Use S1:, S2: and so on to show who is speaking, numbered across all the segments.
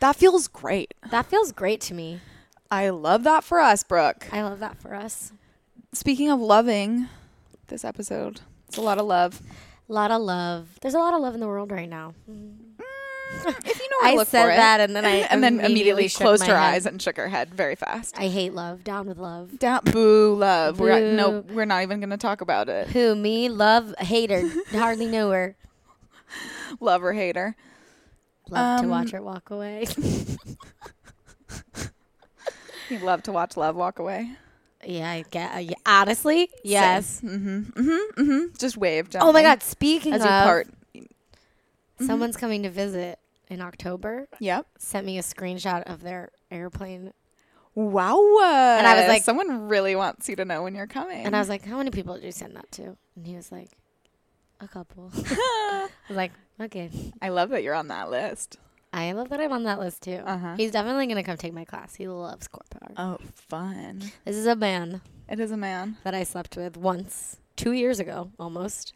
S1: That feels great.
S2: That feels great to me.
S1: I love that for us, Brooke.
S2: I love that for us.
S1: Speaking of loving, this episode, it's a lot of love.
S2: A lot of love. There's a lot of love in the world right now.
S1: Mm-hmm. Mm, If you know where
S2: I
S1: to look
S2: said
S1: for it.
S2: that and then I
S1: and then immediately
S2: immediately shook
S1: closed
S2: my
S1: her
S2: head.
S1: eyes and shook her head very fast.
S2: I hate love. Down with love.
S1: Down, boo, love. We're at, no,
S2: Boo.
S1: we're not even going to talk about it.
S2: Who me? Love hater. Hardly knew her.
S1: Love or hater.
S2: Love to
S1: Um,
S2: watch her walk away.
S1: You love to watch love walk away.
S2: yeah, I get. uh, yeah, honestly, yes.
S1: Mm-hmm. Mm-hmm. Mm-hmm. Just wave.
S2: Oh
S1: gently
S2: my God! Speaking
S1: As
S2: of,
S1: you part. Mm-hmm.
S2: someone's coming to visit in October.
S1: Yep.
S2: Sent me a screenshot of their airplane,
S1: Wow.
S2: I was like-
S1: someone really wants you to know when you're coming.
S2: and I was like, "How many people did you send that to?" And he was like, "A couple." I was like, "Okay,
S1: I love that you're on that list.
S2: I love that I'm on that list too."
S1: Uh-huh.
S2: He's definitely gonna come take my class. He loves core power.
S1: Oh, fun.
S2: This is a man
S1: It is a man.
S2: that I slept with once two years ago, almost,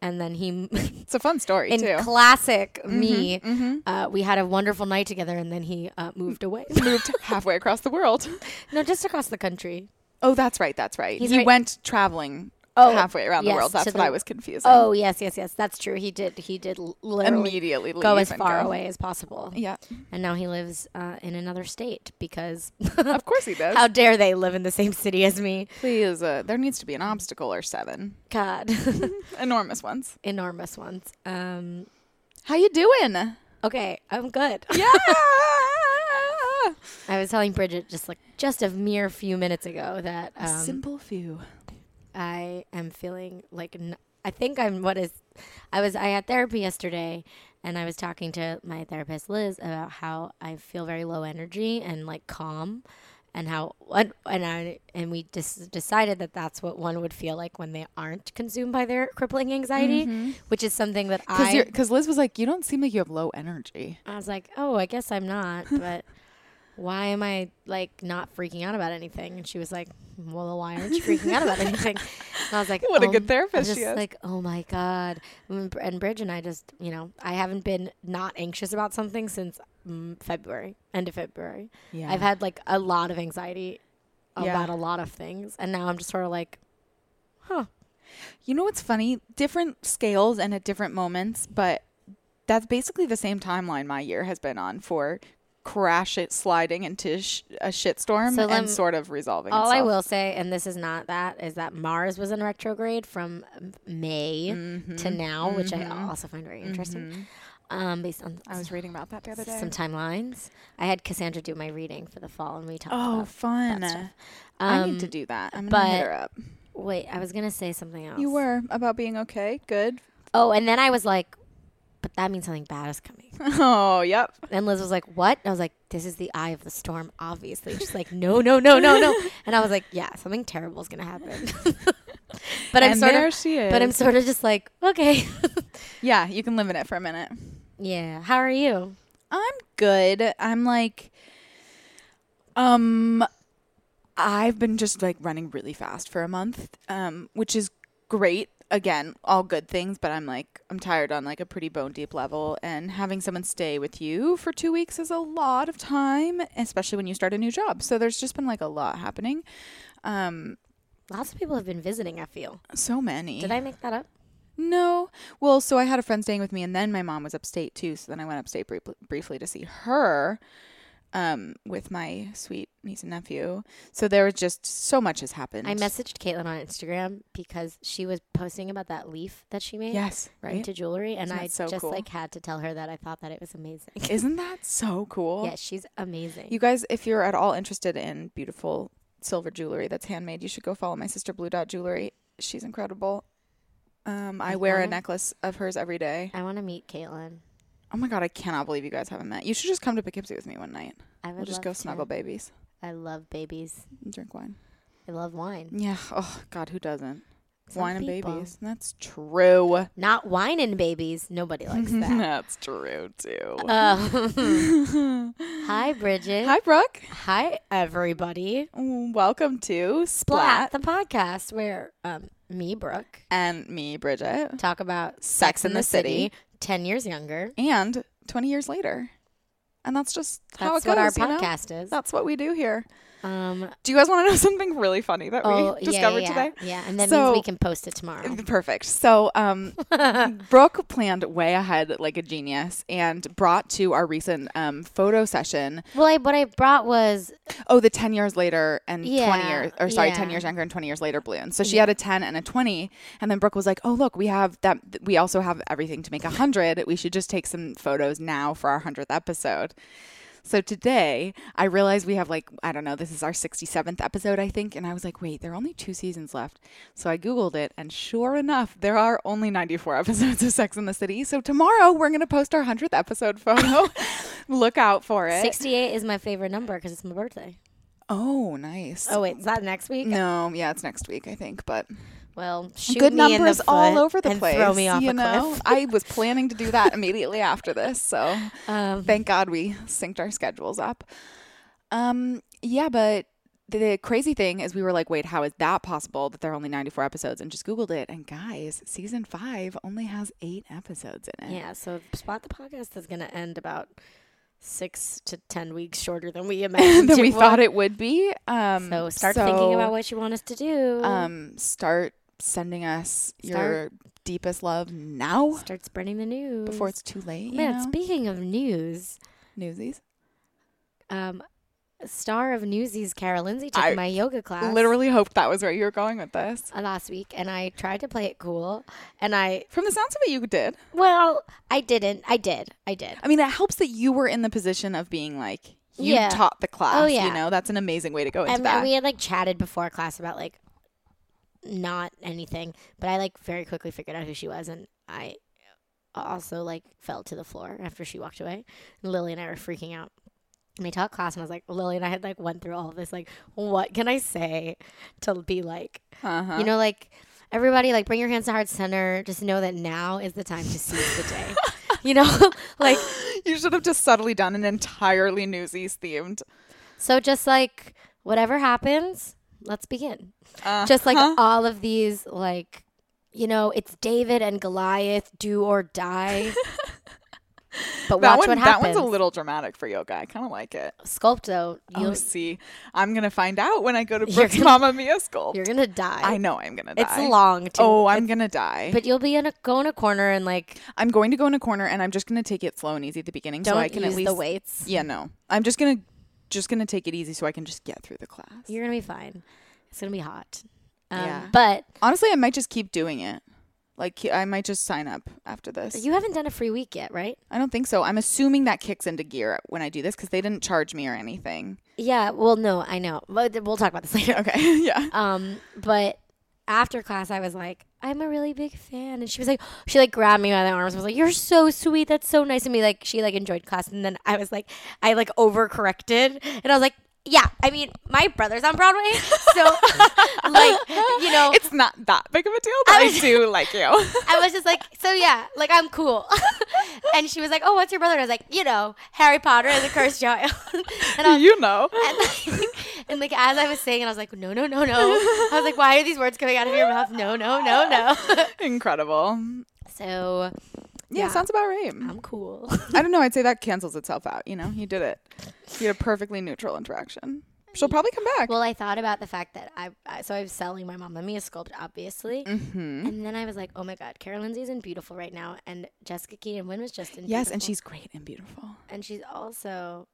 S2: and then he
S1: It's a fun story
S2: in
S1: too. Mm-hmm.
S2: classic me, Uh, we had a wonderful night together, and then he uh, moved away.
S1: Moved halfway across the world.
S2: no, just across the country.
S1: Oh, that's right. That's right.
S2: He's
S1: he
S2: right- Oh,
S1: went traveling halfway around the
S2: yes,
S1: world.
S2: to
S1: That's what
S2: the-
S1: I was confusing.
S2: Oh yes, yes, yes. That's true. He did. He did l- literally
S1: immediately
S2: go
S1: leave
S2: as
S1: and
S2: far
S1: go.
S2: away as possible,
S1: Yeah,
S2: and now he lives uh, in another state because
S1: of course he does.
S2: how dare they live in the same city as me?
S1: Please, uh, there needs to be an obstacle or seven
S2: God,
S1: enormous ones.
S2: enormous ones. Um,
S1: How you doing?
S2: okay, I'm good.
S1: Yeah.
S2: I was telling Bridget just like just a mere few minutes ago that
S1: A
S2: um,
S1: simple few.
S2: I am feeling like n- I think I'm what is I was I had therapy yesterday and I was talking to my therapist Liz about how I feel very low energy and like calm and how and, and I and we just decided that that's what one would feel like when they aren't consumed by their crippling anxiety, which is something that I
S1: Because Liz was like, you don't seem like you have low energy.
S2: I was like, "Oh, I guess I'm not, but why am I like not freaking out about anything?" And she was like, "Well, why aren't you freaking out about anything?" And I was like,
S1: What a
S2: "Oh
S1: good
S2: m-
S1: therapist
S2: I was
S1: she
S2: just
S1: is."
S2: like, "Oh my god!" And Br- and Bridge and I just, you know, I haven't been not anxious about something since mm, February, end of February.
S1: Yeah.
S2: I've had like a lot of anxiety
S1: Yeah.
S2: about a lot of things, and now I'm just sort of like, "Huh."
S1: You know what's funny? Different scales and at different moments, but that's basically the same timeline my year has been on for crash it sliding into sh- a shitstorm
S2: So lem-
S1: and sort of resolving
S2: All
S1: itself.
S2: I will say, and this is not that, is that Mars was in retrograde from um, May
S1: Mm-hmm.
S2: to now, which I also find very interesting. Um, based on
S1: Mm-hmm. I was reading about that the other day.
S2: some timelines, I had Cassandra do my reading for the fall, and we talked.
S1: oh,
S2: about
S1: fun.
S2: that stuff.
S1: I need
S2: Um,
S1: to do that. I'm going to
S2: but-
S1: hit her up.
S2: um, Wait, I was gonna say something else.
S1: You were about being okay. Good.
S2: Oh, and then I was like, but that means something bad is coming.
S1: Oh, yep.
S2: And Liz was like, "What?" And I was like, "This is the eye of the storm, obviously." She's like, "No, no, no, no, no." And I was like, "Yeah, something terrible is gonna happen." but I'm
S1: and
S2: sort
S1: there
S2: of,
S1: she is.
S2: but I'm sort of just like, okay.
S1: yeah, you can live in it for a minute.
S2: Yeah. How are you?
S1: I'm good. I'm like, um, I've been just like running really fast for a month, um, which is great. Again, all good things, but I'm like, I'm tired on like a pretty bone deep level. And having someone stay with you for two weeks is a lot of time, especially when you start a new job. So there's just been like a lot happening. Um,
S2: Lots of people have been visiting, I feel.
S1: so many.
S2: Did I make that up?
S1: No. Well, so I had a friend staying with me, and then my mom was upstate too. So then I went upstate brief- briefly to see her um, with my sweet niece and nephew. So there was just so much has happened.
S2: I messaged Caitlin on Instagram because she was posting about that leaf that she made
S1: Yes, right?
S2: into jewelry and
S1: Isn't
S2: I
S1: that so
S2: just
S1: cool?
S2: like had to tell her that I thought that it was amazing.
S1: Isn't that so cool?
S2: yeah, she's amazing.
S1: You guys, if you're at all interested in beautiful silver jewelry that's handmade, you should go follow my sister Blue Dot Jewelry. She's incredible. Um, I
S2: I
S1: wear a
S2: wanna-
S1: necklace of hers every day.
S2: I want to meet Caitlin.
S1: Oh my god, I cannot believe you guys haven't met. You should just come to Poughkeepsie with me one night.
S2: I would
S1: We'll just
S2: love
S1: go
S2: to.
S1: snuggle babies
S2: I love babies.
S1: and drink wine.
S2: I love wine.
S1: Yeah. Oh God, who doesn't?
S2: Some
S1: Wine and
S2: people.
S1: babies. That's true.
S2: Not wine and babies. Nobody likes that.
S1: That's true too.
S2: Uh, Um, hi, Bridget.
S1: Hi, Brooke. Mm,
S2: Hi, everybody.
S1: Welcome to Splat,
S2: Splat, the podcast where um, me, Brooke,
S1: and me, Bridget,
S2: talk about
S1: Sex in the City.
S2: 10 years younger
S1: and 20 years later. and that's just how it
S2: That's
S1: goes.
S2: what our
S1: you know?
S2: podcast is.
S1: That's what we do here.
S2: Um,
S1: Do you guys want to know something really funny that
S2: oh,
S1: we discovered
S2: yeah, yeah,
S1: today?
S2: Yeah, and that means
S1: So-
S2: we can post it tomorrow.
S1: Perfect. So, um, Brooke planned way ahead like a genius and brought to our recent um, photo session.
S2: Well, I, what I brought was
S1: Oh, the 10 years later and 20
S2: Yeah,
S1: years, or sorry, 10
S2: yeah.
S1: years younger and 20 years later balloons. So she had a 10 and a 20. And then Brooke was like, oh, look, we have that. We also have everything to make a 100. We should just take some photos now for our 100th episode. So today, I realized we have like, I don't know, this is our 67th episode, I think. And I was like, wait, there are only two seasons left. So I Googled it, and sure enough, there are only 94 episodes of Sex in the City. So tomorrow, we're going to post our 100th episode photo. Look out for it.
S2: 68 is my favorite number because it's my birthday.
S1: Oh, nice.
S2: Oh wait, is that next week?
S1: No, yeah, it's next week, I think. But
S2: Well, shoot
S1: good
S2: me in the
S1: numbers
S2: foot
S1: all over the
S2: and
S1: place.
S2: Throw me off
S1: you
S2: a
S1: know, I was planning to do that immediately after this, so
S2: cliff. Um,
S1: thank God we synced our schedules up. Um, yeah, but the, the crazy thing is, we were like, "Wait, how is that possible that there are only ninety-four episodes?" And just Googled it, and guys, season five only has eight episodes in it.
S2: yeah, so spot the podcast is going to end about six to ten weeks shorter than we imagined.
S1: than
S2: it
S1: we
S2: would.
S1: thought it would be. Um,
S2: So start thinking
S1: so,
S2: about what you want us to do.
S1: Um, start sending us your
S2: Start-
S1: deepest love now.
S2: start spreading the news
S1: before it's too late.
S2: Man,
S1: you know?
S2: speaking of news,
S1: Newsies.
S2: um, star of Newsies, Carol Lindsay took
S1: I
S2: my yoga class
S1: Literally hoped that was where you were going with this.
S2: uh, last week, and I tried to play it cool, and I
S1: From the sounds of it, you did.
S2: well, I didn't. I did. I did.
S1: I mean, it helps that you were in the position of being like you
S2: Yeah.
S1: taught the class.
S2: Oh, yeah.
S1: You know, that's an amazing way to go into
S2: and,
S1: that.
S2: and we had like chatted before class about like not anything, but I like very quickly figured out who she was, and I also like fell to the floor after she walked away. And Lily and I were freaking out. And I taught class, and I was like, Lily and I had like went through all of this, like, what can I say to be like,
S1: uh-huh.
S2: you know, like everybody, like bring your hands to heart center. Just know that now is the time to seize the day. You know, like
S1: you should have just subtly done an entirely Newsies themed.
S2: So just like whatever happens, let's begin.
S1: Uh,
S2: Just like all of these, like, you know, it's David and Goliath, do or die. but
S1: that
S2: watch
S1: one,
S2: what
S1: that
S2: happens.
S1: one's a little Oh, dramatic for yoga. I kind of like it.
S2: Sculpt though,
S1: You'll
S2: you'll,
S1: see. I'm gonna find out when I go to
S2: You're
S1: Brooke's
S2: gonna-
S1: Mama Mia sculpt.
S2: you're gonna die.
S1: I know I'm gonna die.
S2: It's long too.
S1: Oh, I'm gonna die.
S2: but you'll be in a go in a corner and like
S1: I'm going to go in a corner and I'm just going to take it slow and easy at the beginning
S2: don't
S1: so I can
S2: use
S1: at least
S2: the weights.
S1: Yeah, no. I'm just going to just going to take it easy so I can just get through the class.
S2: You're gonna be fine. It's gonna be hot. Um,
S1: Yeah.
S2: But
S1: Honestly, I might just keep doing it. Like ke- I might just sign up after this.
S2: you haven't done a free week yet, right?
S1: I don't think so. I'm assuming that kicks into gear when I do this cuz they didn't charge me or anything.
S2: Yeah. Well, no, I know. But we'll talk about this later.
S1: Okay. yeah.
S2: Um, but after class, I was like, I'm a really big fan, and she was like, she like grabbed me by the arms and was like, "You're so sweet. That's so nice of me." Like she like enjoyed class, and then I was like, I like overcorrected, and I was like, Yeah, I mean, my brother's on Broadway, so like you know,
S1: It's not that big of a deal, but I, do like you.
S2: I was just like, so yeah, like I'm cool. and she was like, Oh, what's your brother? And I was like, You know, Harry Potter and the Cursed Child. and I was
S1: you know.
S2: and like, and like as I was saying it, I was like, no, no, no, no. I was like, why are these words coming out of your mouth? No, no, no, no.
S1: Incredible.
S2: so
S1: Yeah,
S2: Yeah. Um,
S1: sounds about right.
S2: I'm cool.
S1: I don't know. I'd say that cancels itself out. You know, you did it. You had a perfectly neutral interaction. She'll probably come back.
S2: well, I thought about the fact that I, I so I was selling my Mamma Mia sculpt, obviously.
S1: mm-hmm.
S2: And then I was like, oh my God, Carol Lindsay's in Beautiful right now. And Jessica Keenan Wynn was just in
S1: Yes, and
S2: Beautiful.
S1: she's great and beautiful.
S2: And she's also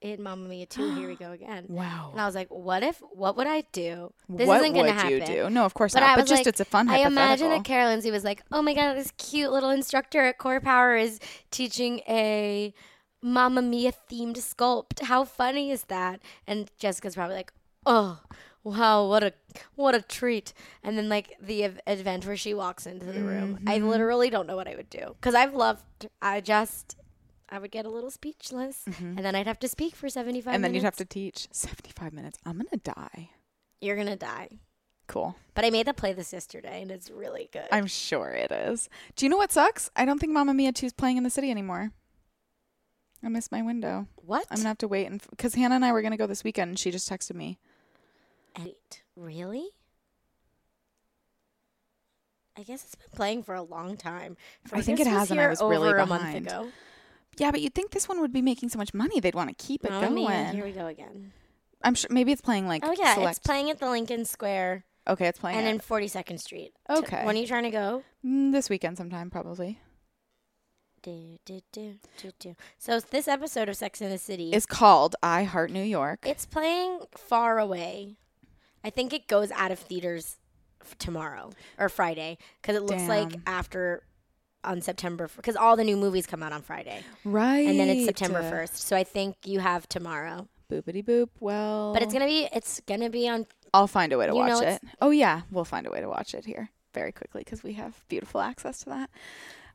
S2: in Mamma Mia 2, Here We Go Again. And
S1: Wow.
S2: I was is like, what if, what would I do? This
S1: what
S2: isn't
S1: would
S2: going to happen.
S1: you do? No, of course
S2: But
S1: not.
S2: I
S1: But
S2: was
S1: just
S2: like,
S1: it's a fun
S2: I
S1: hypothetical.
S2: imagine that Carol Lindsay was like, "Oh my god, this cute little instructor at Core Power is teaching a Mamma Mia themed sculpt. How funny is that?" And Jessica's probably like, "Oh, wow, what a what a treat!" And then like the ev- event where she walks into the room, I
S1: Mm-hmm.
S2: literally don't know what I would do because I've loved. I just I would get a little speechless, and then I'd have to speak for seventy five.
S1: Mm-hmm. and then
S2: minutes.
S1: you'd have to teach 75 minutes. I'm going to die.
S2: You're gonna die.
S1: Cool.
S2: But I made the play this yesterday, and it's really good.
S1: I'm sure it is. Do you know what sucks? I don't think Mamma Mia 2 is playing in the city anymore. I missed my window.
S2: what?
S1: I'm going to have to wait. and Because Hannah and I were going to go this weekend, and she just texted me.
S2: Eight. Really? I guess it's been playing for a long time.
S1: I think it
S2: Fergus
S1: has, and I
S2: here
S1: was really
S2: over
S1: behind.
S2: ago.
S1: Yeah, but you'd think this one would be making so much money they'd want to keep it
S2: Oh,
S1: going.
S2: man, here we go again.
S1: I'm sure maybe it's playing like
S2: Oh yeah,
S1: select.
S2: it's playing at the Lincoln Square
S1: okay, it's playing
S2: and
S1: it.
S2: in Forty Second Street.
S1: Okay.
S2: when are you trying to go?
S1: Mm, this weekend sometime probably.
S2: Do, do, do, do, do. So this episode of Sex in the City,
S1: It's called I Heart New York.
S2: it's playing far away. I think it goes out of theaters f- tomorrow or Friday because it looks like
S1: Damn.
S2: after on September because all the new movies come out on Friday
S1: right.
S2: and then it's September first. So I think you have tomorrow,
S1: Boopity boop. Well,
S2: but it's gonna be it's gonna be on
S1: I'll find a way to
S2: You know,
S1: watch
S2: it's-
S1: it. Oh yeah, we'll find a way to watch it here very quickly because we have beautiful access to that.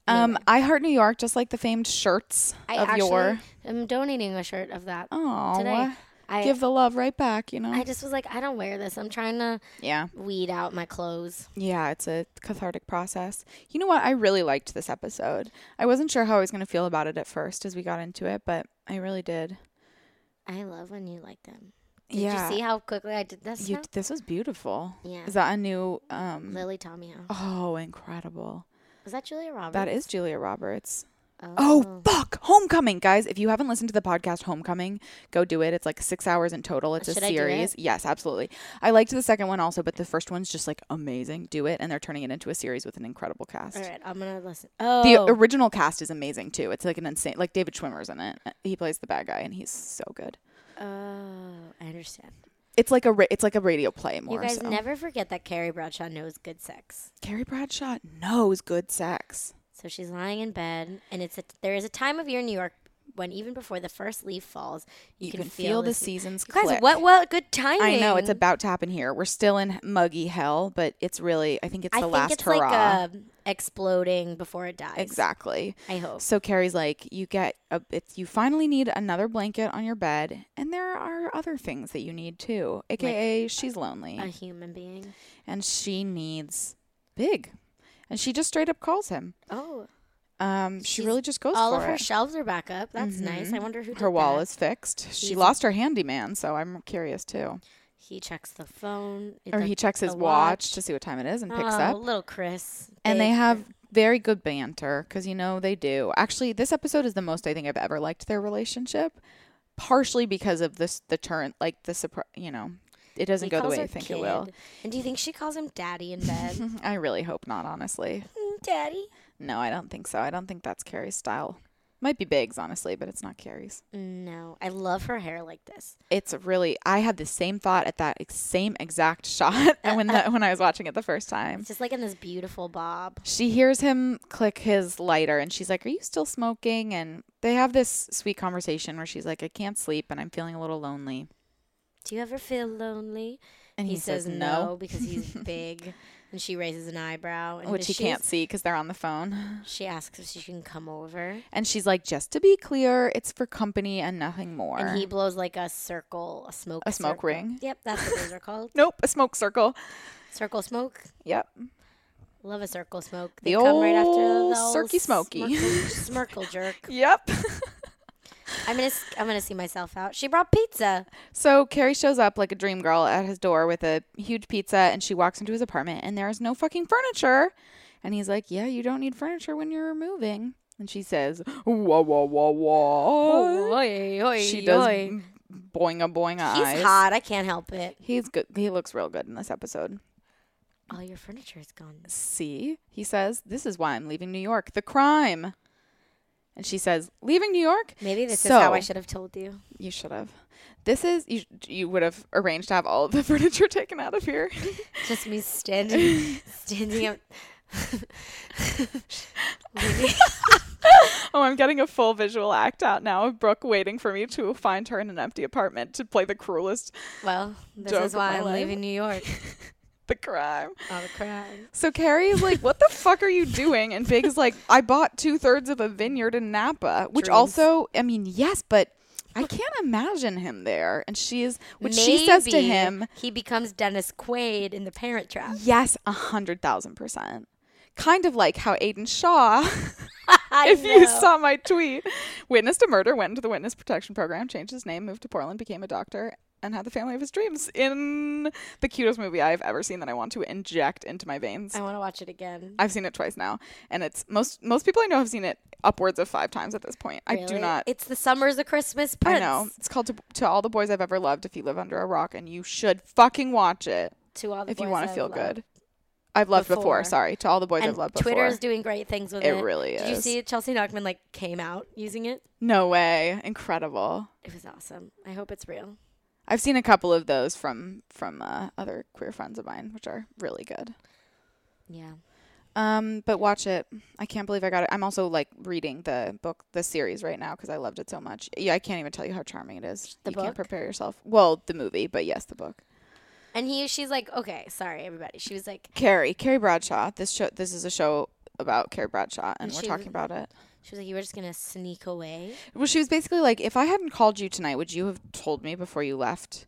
S1: Um, I Heart New York, just like the famed shirts
S2: I
S1: of
S2: actually
S1: your.
S2: am donating a shirt of that today.
S1: Oh,
S2: I
S1: give the love right back. You know.
S2: I just was like, I don't wear this. I'm trying to
S1: yeah,
S2: weed out my clothes.
S1: yeah. It's a cathartic process. You know what? I really liked this episode. I wasn't sure how I was going to feel about it at first as we got into it, but I really did.
S2: I love when you like them. Did
S1: yeah.
S2: you see how quickly I did this?
S1: You-
S2: now?
S1: this was beautiful.
S2: yeah.
S1: Is that a new? um
S2: Lily Tomio.
S1: Oh, incredible!
S2: Is that Julia Roberts?
S1: That is Julia Roberts. Oh fuck! Homecoming, guys. If you haven't listened to the podcast Homecoming, go do it. It's like six hours in total. It's
S2: Should
S1: a
S2: I do
S1: series. Yes, absolutely. I liked the second one also, but the first one's just like amazing. Do it, and they're turning it into a series with an incredible cast.
S2: All right, I'm gonna listen. Oh,
S1: The original cast is amazing too. It's like an insane. Like David Schwimmer's in it. He plays the bad guy, and he's so good.
S2: oh, I understand.
S1: It's like a ra- it's like a radio play more.
S2: You guys
S1: so.
S2: never forget that Carrie Bradshaw knows good sex.
S1: Carrie Bradshaw knows good sex.
S2: So she's lying in bed, and it's a, there is a time of year in New York when even before the first leaf falls, you, can, feel,
S1: the
S2: sea.
S1: seasons.
S2: You guys,
S1: click.
S2: what what good timing?
S1: I know it's about to happen here. We're still in muggy hell, but it's really I think it's
S2: I
S1: the
S2: think
S1: last
S2: it's
S1: hurrah.
S2: like uh, exploding before it dies.
S1: exactly.
S2: I hope.
S1: So Carrie's like, you get a, it's you finally need another blanket on your bed, and there are other things that you need too. AKA, she's lonely
S2: A human being.
S1: and she needs big, and she just straight up calls him.
S2: Oh,
S1: Um, she
S2: She's-
S1: really just goes
S2: all
S1: for
S2: of her
S1: it. Mm-hmm.
S2: shelves are back up. That's nice. I wonder who did
S1: her wall
S2: that.
S1: is fixed. She
S2: He's-
S1: lost her handyman, so I'm curious too.
S2: He checks the phone. it-
S1: Or
S2: the-
S1: he checks his
S2: the
S1: watch. to see what time it is and picks
S2: oh,
S1: up.
S2: Little Chris.
S1: and they
S2: Big
S1: have very good banter because you know they do actually this episode is the most i think i've ever liked their relationship partially because of this the turn like the surprise you know it doesn't
S2: He
S1: go the
S2: calls
S1: way
S2: her
S1: i think it will
S2: kid. And do you think she calls him daddy in bed?
S1: i really hope not honestly
S2: Mm, daddy.
S1: no i don't think so i don't think that's carrie's style might be biggs honestly but it's not carrie's
S2: No, I love her hair like this.
S1: it's really i had the same thought at that ex- same exact shot and when that when i was watching it the first time
S2: It's just like in this beautiful bob.
S1: she hears him click his lighter and she's like, Are you still smoking? And they have this sweet conversation where she's like, I can't sleep and I'm feeling a little lonely.
S2: Do you ever feel lonely?
S1: And he, says, no,
S2: because he's big, and she raises an eyebrow, and
S1: which
S2: does
S1: he
S2: she-
S1: can't see because they're on the phone.
S2: She asks if she can come over,
S1: And she's like, Just to be clear, it's for company and nothing more.
S2: and he blows like a circle, a smoke,
S1: A smoke
S2: circle.
S1: ring.
S2: Yep, that's what those are called.
S1: nope, a smoke circle.
S2: Circle smoke.
S1: Yep.
S2: Love a circle smoke.
S1: The
S2: They come right after
S1: old
S2: the old
S1: cirky smoky.
S2: smirkle, smirkle jerk.
S1: Yep.
S2: I'm gonna s- I'm gonna see myself out. She brought pizza.
S1: so Carrie shows up like a dream girl at his door with a huge pizza and she walks into his apartment and there is no fucking furniture. And he's like, Yeah, you don't need furniture when you're moving. And she says, Whoa, whoa, whoa, whoa. She does m- boinga boinga
S2: He's
S1: eyes.
S2: hot. I can't help it.
S1: He's good. He looks real good in this episode.
S2: All your furniture is gone.
S1: See, he says, "This is why I'm leaving New York. The crime." And she says, "Leaving New York?
S2: Maybe this is how I
S1: So-
S2: should have told you.
S1: You should have. This is you. You would have arranged to have all of the furniture taken out of here.
S2: Just me standing, standing up. Leaving-
S1: oh, I'm getting a full visual act out now of Brooke waiting for me to find her in an empty apartment to play the cruelest,
S2: well, this
S1: Joke
S2: is
S1: of my
S2: why I'm
S1: life.
S2: leaving New York.
S1: the crime."
S2: All the crime.
S1: So Carrie is like, "What the fuck are you doing?" And Big is like, "I bought two thirds of a vineyard in Napa," which
S2: Dreams.
S1: also, I mean, yes, but I can't imagine him there. And she is, which she says to
S2: Maybe
S1: him,
S2: he becomes Dennis Quaid in The Parent Trap.
S1: "Yes, a hundred thousand percent." Kind of like how Aiden Shaw,
S2: I
S1: if you
S2: know.
S1: saw my tweet, witnessed a murder, went into the witness protection program, changed his name, moved to Portland, became a doctor, and have the family of his dreams in the cutest movie I've ever seen that I want to inject into my veins.
S2: I want to watch it again.
S1: I've seen it twice now, and it's most most people I know have seen it upwards of five times at this point. I do
S2: Really?
S1: not.
S2: It's the summer's a Christmas
S1: I
S2: prince.
S1: know it's called to, to all the boys I've ever loved. If you live under a rock, and you should fucking watch it
S2: To all the
S1: if you
S2: boys
S1: want
S2: I
S1: to feel
S2: love.
S1: good. I've loved before.
S2: Before.
S1: Sorry to all the boys
S2: And
S1: I've loved before.
S2: Twitter is doing great things with
S1: It
S2: it.
S1: really
S2: Did you
S1: is.
S2: see Chelsea Knockman like came out using it?
S1: no way, incredible.
S2: It was awesome. I hope it's real.
S1: I've seen a couple of those from from uh, other queer friends of mine, which are really good.
S2: Yeah.
S1: Um, but watch it. I can't believe I got it. I'm also like reading the book, the series right now because I loved it so much. Yeah, I can't even tell you how charming it is.
S2: The
S1: you can't
S2: book?
S1: prepare yourself. Well, the movie, but yes, the book.
S2: And he, she's like, okay, sorry, everybody. She was like,
S1: Carrie, Carrie Bradshaw. This show, this is a show about Carrie Bradshaw, and
S2: And
S1: we're
S2: she-
S1: talking about it.
S2: she was like, you were just gonna sneak away.
S1: Well, she was basically like, if I hadn't called you tonight, would you have told me before you left?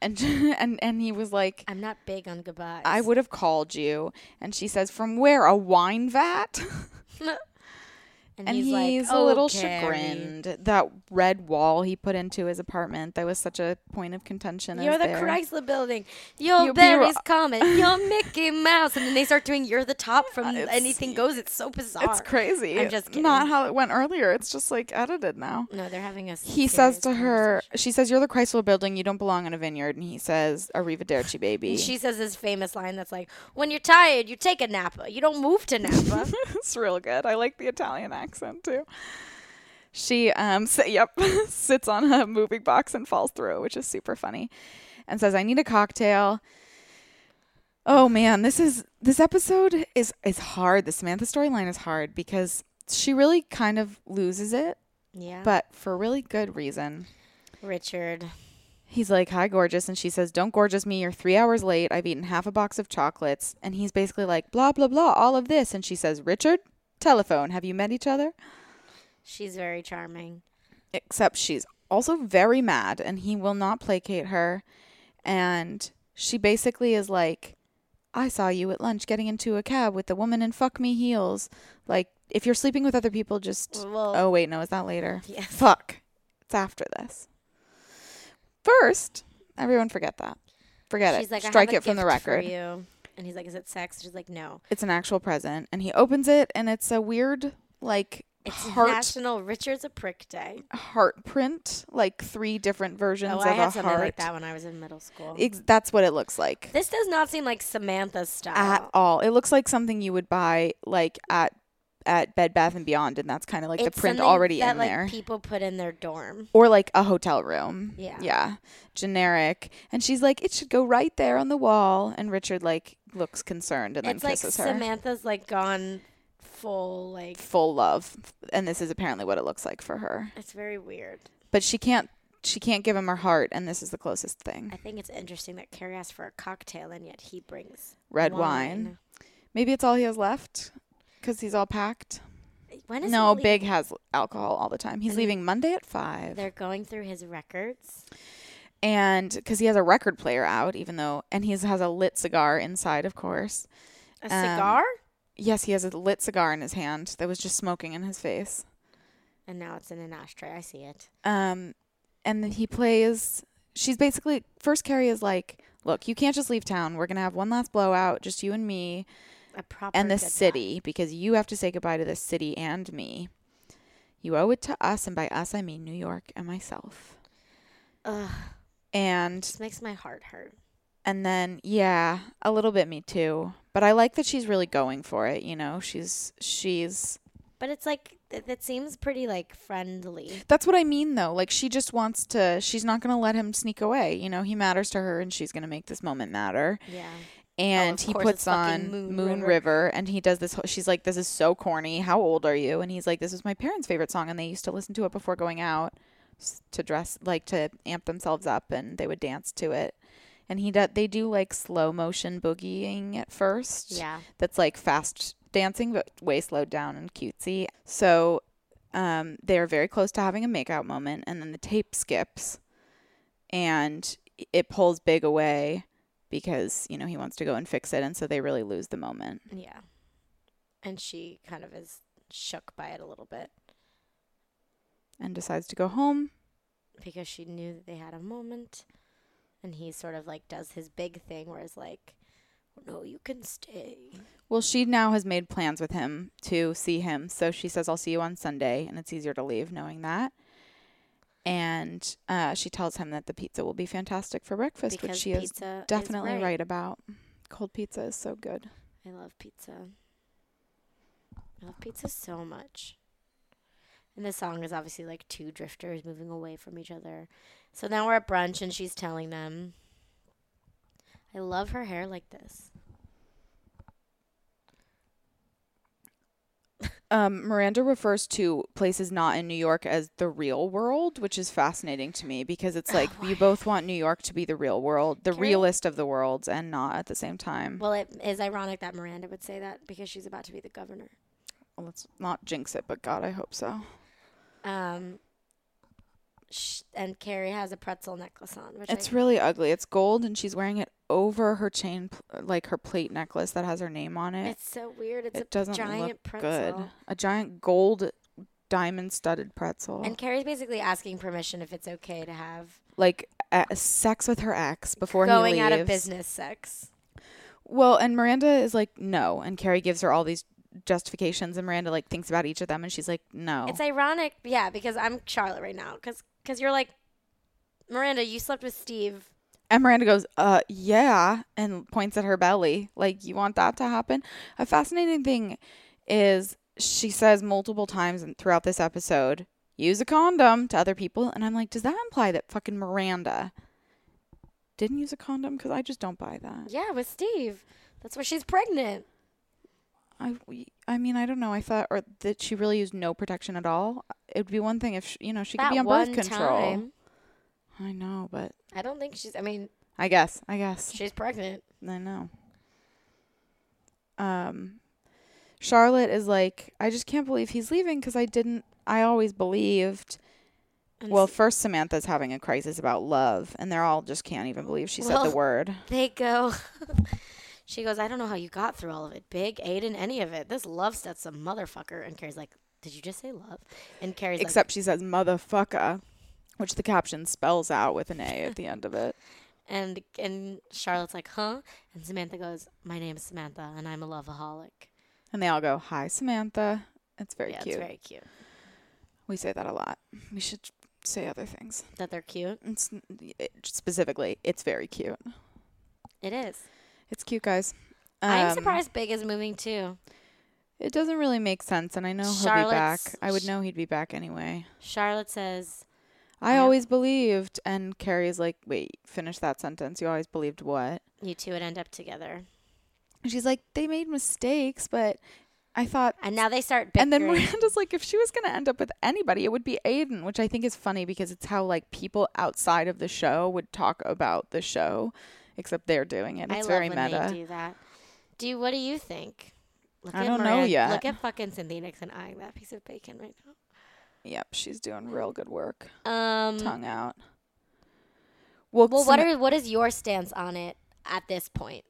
S1: And and and he was like,
S2: I'm not big on goodbyes.
S1: I would have called you. And she says, from where? A wine vat?
S2: And,
S1: And
S2: he's,
S1: he's, a
S2: like, "Oh,
S1: little
S2: Carrie."
S1: chagrined. That red wall he put into his apartment that was such a point of contention.
S2: You're
S1: is
S2: the
S1: there.
S2: Chrysler Building. You're
S1: You're
S2: Barry's
S1: Bira-
S2: Comet. You're Mickey Mouse. And then they start doing "You're the Top" from
S1: Uh, It's-
S2: Anything Goes. It's so bizarre.
S1: It's crazy.
S2: I'm just kidding.
S1: Not how it went earlier. It's just like edited now.
S2: No, they're having a.
S1: He
S2: serious
S1: says to her, she says, You're the Chrysler building. You don't belong in a vineyard. And he says, Arrivederci, baby.
S2: And she says this famous line that's like, "When you're tired, you take a Napa. You don't move to Napa."
S1: it's real good. I like the Italian accent too. She um s yep sits on a moving box and falls through, which is super funny, and says, "I need a cocktail." Oh man, this is this episode is is hard. The Samantha storyline is hard because she really kind of loses it,
S2: yeah.
S1: but for really good reason.
S2: Richard.
S1: He's like, "Hi, gorgeous," and she says, "Don't gorgeous me. You're three hours late. I've eaten half a box of chocolates." And he's basically like, "Blah blah blah, all of this," and she says, "Richard, telephone. Have you met each other?"
S2: She's very charming.
S1: Except she's also very mad, and he will not placate her. And she basically is like, "I saw you at lunch getting into a cab with the woman in fuck me heels. Like, if you're sleeping with other people, just
S2: Well,
S1: oh wait, no, it's not later.
S2: Yes.
S1: Fuck. It's after this. First, everyone forget that. Forget
S2: she's
S1: it.
S2: like, I have
S1: Strike
S2: a
S1: it from the
S2: gift for
S1: record.
S2: you. And he's like, "Is it sex?" She's like, "No."
S1: It's an actual present. And he opens it and it's a weird like
S2: It's
S1: heart
S2: National Richard's a Prick Day.
S1: heart print, like three different versions
S2: Oh,
S1: of
S2: I had
S1: a
S2: something
S1: heart.
S2: like that when I was in middle school.
S1: Ex- that's what it looks like.
S2: this does not seem like
S1: at
S2: Samantha's style.
S1: all. It looks like something you would buy like at at Bed Bath and Beyond and that's kind of like the
S2: It's
S1: print
S2: something
S1: already
S2: that,
S1: in
S2: like,
S1: there.
S2: People put in their dorm.
S1: or like a hotel room.
S2: Yeah.
S1: Yeah. Generic. And she's like, it should go right there on the wall. And Richard like looks concerned and
S2: it's
S1: then
S2: like
S1: kisses her.
S2: Samantha's like gone full like.
S1: Full love. And this is apparently what it looks like for her.
S2: It's very weird.
S1: But she can't she can't give him her heart and this is the closest
S2: I
S1: thing.
S2: think it's interesting that Carrie asked for a cocktail and yet he brings
S1: Red wine. Maybe it's all he has left cuz he's all packed.
S2: wine. When is
S1: No,
S2: he leaving?
S1: Big has alcohol all the time. He's leaving Monday at 5.
S2: They're going through his records.
S1: and because he has a record player out, even though, and he has a lit cigar inside, of course.
S2: A
S1: Um,
S2: cigar,
S1: Yes, he has a lit cigar in his hand that was just smoking in his face.
S2: and now it's in an ashtray. I see it.
S1: Um, and then he plays. She's basically first. Carrie is like, "Look, you can't just leave town. We're gonna have one last blowout, just you and me,
S2: A proper
S1: and the
S2: goodbye.
S1: city, because you have to say goodbye to the city and me. You owe it to us, and by us I mean New York and myself.
S2: Ugh,
S1: And
S2: this makes my heart hurt.
S1: And then yeah, a little bit me too. But I like that she's really going for it, you know. She's she's
S2: But it's like th- that seems pretty like friendly.
S1: That's what I mean though. Like she just wants to she's not going to let him sneak away, you know. He matters to her and she's going to make this moment matter.
S2: Yeah.
S1: And
S2: Oh, of
S1: he
S2: course it's
S1: puts
S2: fucking
S1: on
S2: Moon
S1: Moon,
S2: River.
S1: River. and he does this whole, she's like this is so corny. How old are you? And he's like this is my parents' favorite song and they used to listen to it before going out s- to dress like to amp themselves up and they would dance to it. And he do, they do like slow motion boogieing at first.
S2: Yeah.
S1: that's like fast dancing but way slowed down and cutesy. So um, they are very close to having a makeout moment, and then the tape skips, and it pulls Big away because you know he wants to go and fix it, and so they really lose the moment.
S2: Yeah. And she kind of is shook by it a little bit
S1: And decides to go home.
S2: because she knew that they had a moment. and he sort of like does his big thing where it's like, no, you can stay.
S1: Well, she now has made plans with him to see him. So she says, I'll see you on Sunday. And it's easier to leave knowing that. And uh, she tells him that the pizza will be fantastic for breakfast, which
S2: Because
S1: she is
S2: pizza is
S1: definitely right. about. Cold pizza is so good.
S2: I love pizza. I love pizza so much. And the song is obviously like two drifters moving away from each other. So now we're at brunch and she's telling them. I love her hair like this.
S1: Um, Miranda refers to places not in New York as the real world, which is fascinating to me because it's like you both want New York to be the real world, the
S2: Can I-
S1: realest of the worlds, and not at the same time.
S2: Well, it is ironic that Miranda would say that because she's about to be the governor.
S1: Well, let's not jinx it, but God, I hope so.
S2: Um, sh- and Carrie has a pretzel necklace on, which
S1: It's
S2: I,
S1: really ugly. It's gold, and she's wearing it over her chain, pl- like her plate necklace that has her name on it.
S2: it's so weird. It's
S1: it
S2: a
S1: doesn't
S2: giant
S1: look
S2: pretzel.
S1: good. A giant gold diamond-studded pretzel,
S2: And Carrie's basically asking permission if it's okay to have
S1: like a- sex with her ex before he
S2: going
S1: leaves.
S2: out of business sex.
S1: Well, and Miranda is like, no, and Carrie gives her all these justifications, and Miranda like thinks about each of them, and she's like, no.
S2: It's ironic, yeah, because I'm Charlotte right now, because you're like, Miranda, you slept with Steve.
S1: And Miranda goes, uh, yeah, and points at her belly. Like, you want that to happen? A fascinating thing is she says multiple times and throughout this episode, use a condom to other people. And I'm like, does that imply that fucking Miranda didn't use a condom? Because I just don't buy that.
S2: Yeah, with Steve. That's why she's pregnant.
S1: I, I mean, I don't know. I thought, or that she really used no protection at all. It would be one thing if, she, you know, she could
S2: that
S1: be on
S2: one
S1: birth control.
S2: time.
S1: I know, but
S2: I don't think she's. I mean,
S1: I guess, I guess.
S2: she's pregnant.
S1: I know. Um, Charlotte is like, I just can't believe he's leaving because I didn't. I always believed.
S2: And
S1: Well,
S2: s-
S1: first Samantha's having a crisis about love, and they're all just can't even believe she said
S2: Well-
S1: the word.
S2: they go. she goes, I don't know how you got through all of it, Big Aiden, any of it. This love stuff's a motherfucker. And Carrie's like, Did you just say love? And Carrie's like,
S1: Except she says motherfucker, which the caption spells out with an A at the end of it.
S2: And and Charlotte's like, huh? And Samantha goes, My name's Samantha, and I'm a loveaholic.
S1: And they all go, "Hi, Samantha." It's very
S2: yeah,
S1: cute.
S2: it's very cute
S1: we say that a lot. We should say other things.
S2: that they're cute.
S1: It's it, specifically, it's very cute.
S2: It is.
S1: It's cute, guys.
S2: I'm
S1: Um,
S2: surprised Big is moving too.
S1: It doesn't really make sense, and I know he'll be back.
S2: Charlotte's-
S1: I would know he'd be back anyway.
S2: Charlotte says,
S1: I
S2: Yeah.
S1: always believed, and Carrie's like, "Wait, finish that sentence. You always believed what?"
S2: You two would end up together.
S1: And she's like, "They made mistakes, but I thought."
S2: And now they start bickering.
S1: And then Miranda's like, "If she was going to end up with anybody, it would be Aiden," which I think is funny because it's how like people outside of the show would talk about the show, except they're doing it. It's
S2: I love
S1: very
S2: when
S1: meta.
S2: they do that. Do you, what do you think? Look
S1: I don't know yet.
S2: Look at fucking Cynthia Nixon eyeing that piece of bacon right now.
S1: Yep, she's
S2: Mm.
S1: doing real good work.
S2: Um,
S1: Tongue out. Well,
S2: well,
S1: some-
S2: what are what is your stance on it at this point?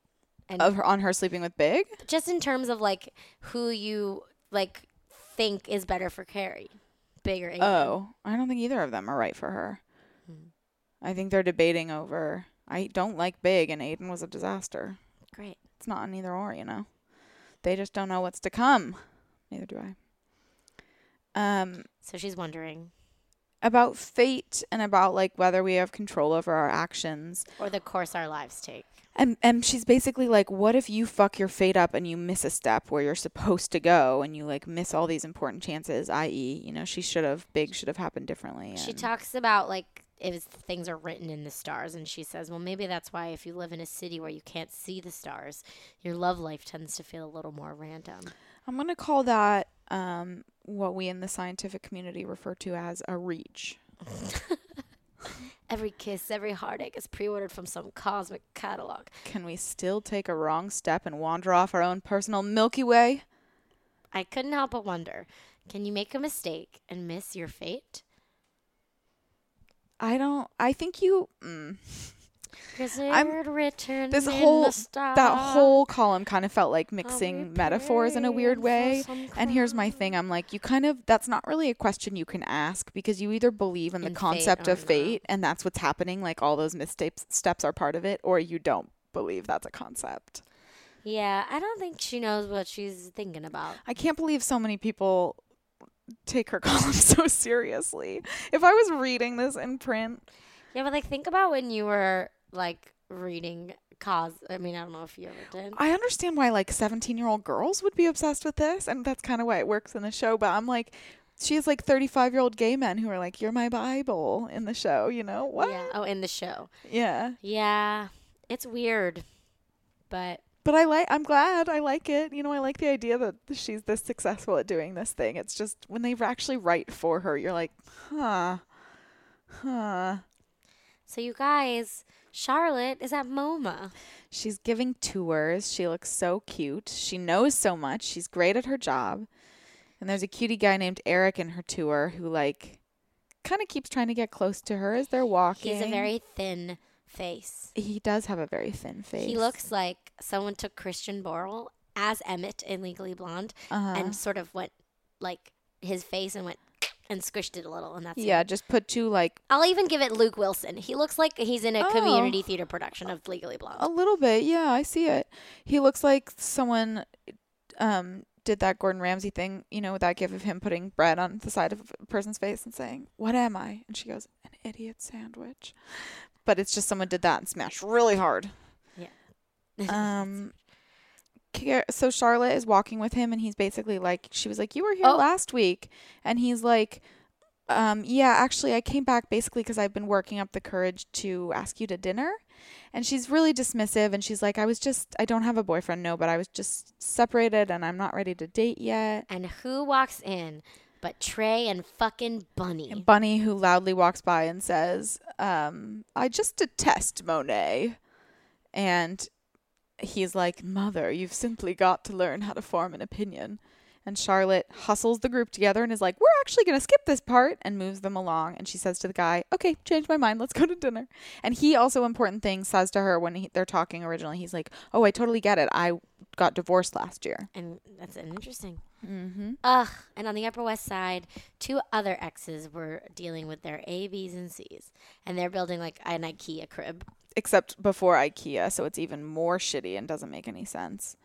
S2: And
S1: of her on her sleeping with Big?
S2: just in terms of like who you like think is better for Carrie, Big or Aiden.
S1: Oh, I don't think either of them are right for her.
S2: Mm.
S1: I think they're debating over. I don't like Big, and Aiden was a disaster.
S2: great.
S1: It's not an either or, you know. They just don't know what's to come. Neither do I. Um,
S2: So she's wondering,
S1: about fate and about like whether we have control over our actions.
S2: or the course our lives take.
S1: And and she's basically like, what if you fuck your fate up and you miss a step where you're supposed to go and you like miss all these important chances, i.e., you know, she should have big should have happened differently.
S2: She
S1: and-
S2: talks about like if things are written in the stars, and she says, well, maybe that's why if you live in a city where you can't see the stars, your love life tends to feel a little more random.
S1: I'm gonna call that um what we in the scientific community refer to as a reach.
S2: Every kiss, every heartache is pre-ordered from some cosmic catalog.
S1: Can we still take a wrong step and wander off our own personal Milky Way?
S2: I couldn't help but wonder, can you make a mistake and miss your fate?
S1: I don't. I think you. Mm,
S2: Wizard written
S1: this
S2: in
S1: whole-
S2: the
S1: that
S2: stars.
S1: whole column kind of felt like
S2: Are we
S1: mixing metaphors in a
S2: praying
S1: weird
S2: for
S1: way.
S2: some
S1: And here's my
S2: cloud?
S1: thing I'm like, you kind of, that's not really a question you can ask because you either believe in the
S2: In fate
S1: concept
S2: or
S1: of
S2: not.
S1: fate and that's what's happening, like all those missteps steps are part of it, or you don't believe that's a concept.
S2: Yeah, I don't think she knows what she's thinking about.
S1: I can't believe so many people take her column so seriously. If I was reading this in print,
S2: Yeah, but like think about when you were like reading cause. I mean, I don't know if you ever did.
S1: I understand why like 17 year old girls would be obsessed with this, and that's kind of why it works in the show. But I'm like, she has like 35 year old gay men who are like, You're my Bible in the show, you know? What?
S2: Yeah.
S1: Yeah.
S2: Oh, in the show. Yeah, it's weird, but
S1: But I like, I'm glad I like it. You know, I like the idea that she's this successful at doing this thing. It's just when they actually write for her, you're like, Huh, huh.
S2: so you guys, Charlotte is at MoMA.
S1: She's giving tours. She looks so cute. She knows so much. She's great at her job. And there's a cutie guy named Eric in her tour who like kind of keeps trying to get close to her as they're walking.
S2: He's a very thin face.
S1: he does have a very thin face.
S2: He looks like someone took Christian Borle as Emmett in Legally Blonde
S1: uh-huh.
S2: and sort of went like his face and went and squished it a little, and that's it.
S1: yeah, just put two like
S2: I'll even give it Luke Wilson. He looks like he's in a
S1: Oh.
S2: community theater production of Legally Blonde.
S1: a little bit. Yeah, I see it. He looks like someone um did that Gordon Ramsay thing, you know, with that gif of him putting bread on the side of a person's face and saying, "What am I?" And she goes, "An idiot sandwich." But it's just someone did that and smashed really hard. Um, Ca- so Charlotte is walking with him, and he's basically like, she was like, "You were here
S2: Oh.
S1: last week," and he's like, um, "Yeah, actually, I came back basically because I've been working up the courage to ask you to dinner," and she's really dismissive, and she's like, "I was just, I don't have a boyfriend, no, but I was just separated, and I'm not ready to date yet."
S2: and who walks in but Trey and fucking Bunny?
S1: And Bunny, who loudly walks by and says, um, "I just detest Monet," and he's like, "Mother, you've simply got to learn how to form an opinion." And Charlotte hustles the group together and is like, "We're actually gonna skip this part," and moves them along. And she says to the guy, "Okay, changed my mind. Let's go to dinner." And he also important thing says to her when he, they're talking originally, he's like, "Oh, I totally get it. I got divorced last year."
S2: and that's an interesting.
S1: Mm-hmm.
S2: Ugh. And on the Upper West Side, two other exes were dealing with their A, B's, and C's. And they're building like an IKEA crib.
S1: except before IKEA, so it's even more shitty and doesn't make any sense.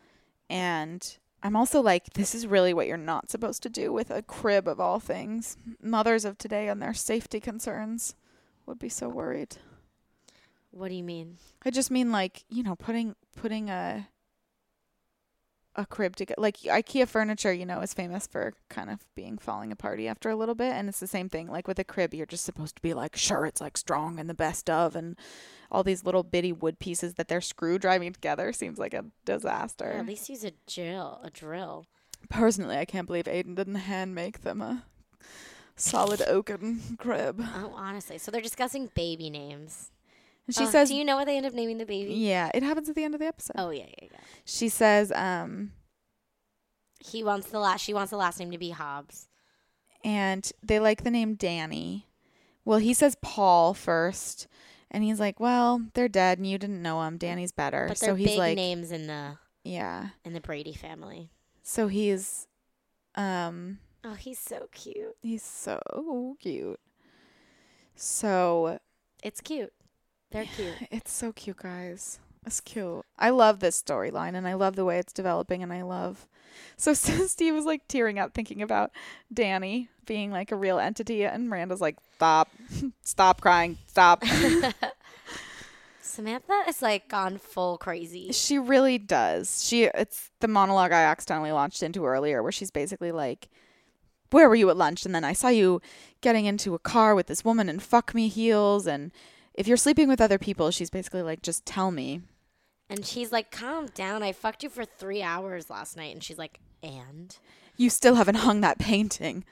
S1: And I'm also like, this is really what you're not supposed to do with a crib of all things. Mothers of today and their safety concerns would be so worried.
S2: What do you mean?
S1: I just mean like, you know, putting putting a a crib together. Like IKEA furniture, you know, is famous for kind of being falling apart after a little bit, and it's the same thing. Like with a crib, you're just supposed to be like, sure, it's like strong and the best of, and all these little bitty wood pieces that they're screw driving together seems like a disaster.
S2: At least use a drill. A drill.
S1: Personally, I can't believe Aiden didn't hand make them a solid oaken crib.
S2: Oh, honestly. So they're discussing baby names.
S1: And she
S2: Ugh,
S1: says,
S2: Uh, Do you know what they end up naming the baby?
S1: "Yeah, it happens at the end of the episode."
S2: Oh yeah, yeah, yeah.
S1: She says, um.
S2: He wants the last. She wants the last name to be Hobbs.
S1: and they like the name Danny. Well, he says Paul first, and he's like, "Well, they're dead, and you didn't know him. Danny's better."
S2: But they're
S1: so he's
S2: big
S1: like,
S2: names in the
S1: "Yeah."
S2: in the Brady family.
S1: So he's, um,
S2: Oh, he's so cute.
S1: he's so cute. So
S2: It's cute. They're cute.
S1: it's so cute, guys. It's cute. I love this storyline, and I love the way it's developing, and I love. So Steve was like tearing up thinking about Danny being like a real entity, and Miranda's like, "Stop, stop crying, stop."
S2: Samantha is like gone full crazy.
S1: She really does. She it's the monologue I accidentally launched into earlier where she's basically like where were you at lunch and then I saw you getting into a car with this woman in fuck me heels and if you're sleeping with other people she's basically like just tell me.
S2: And she's like, calm down. I fucked you for three hours last night. And she's like, and?
S1: You still haven't hung that painting.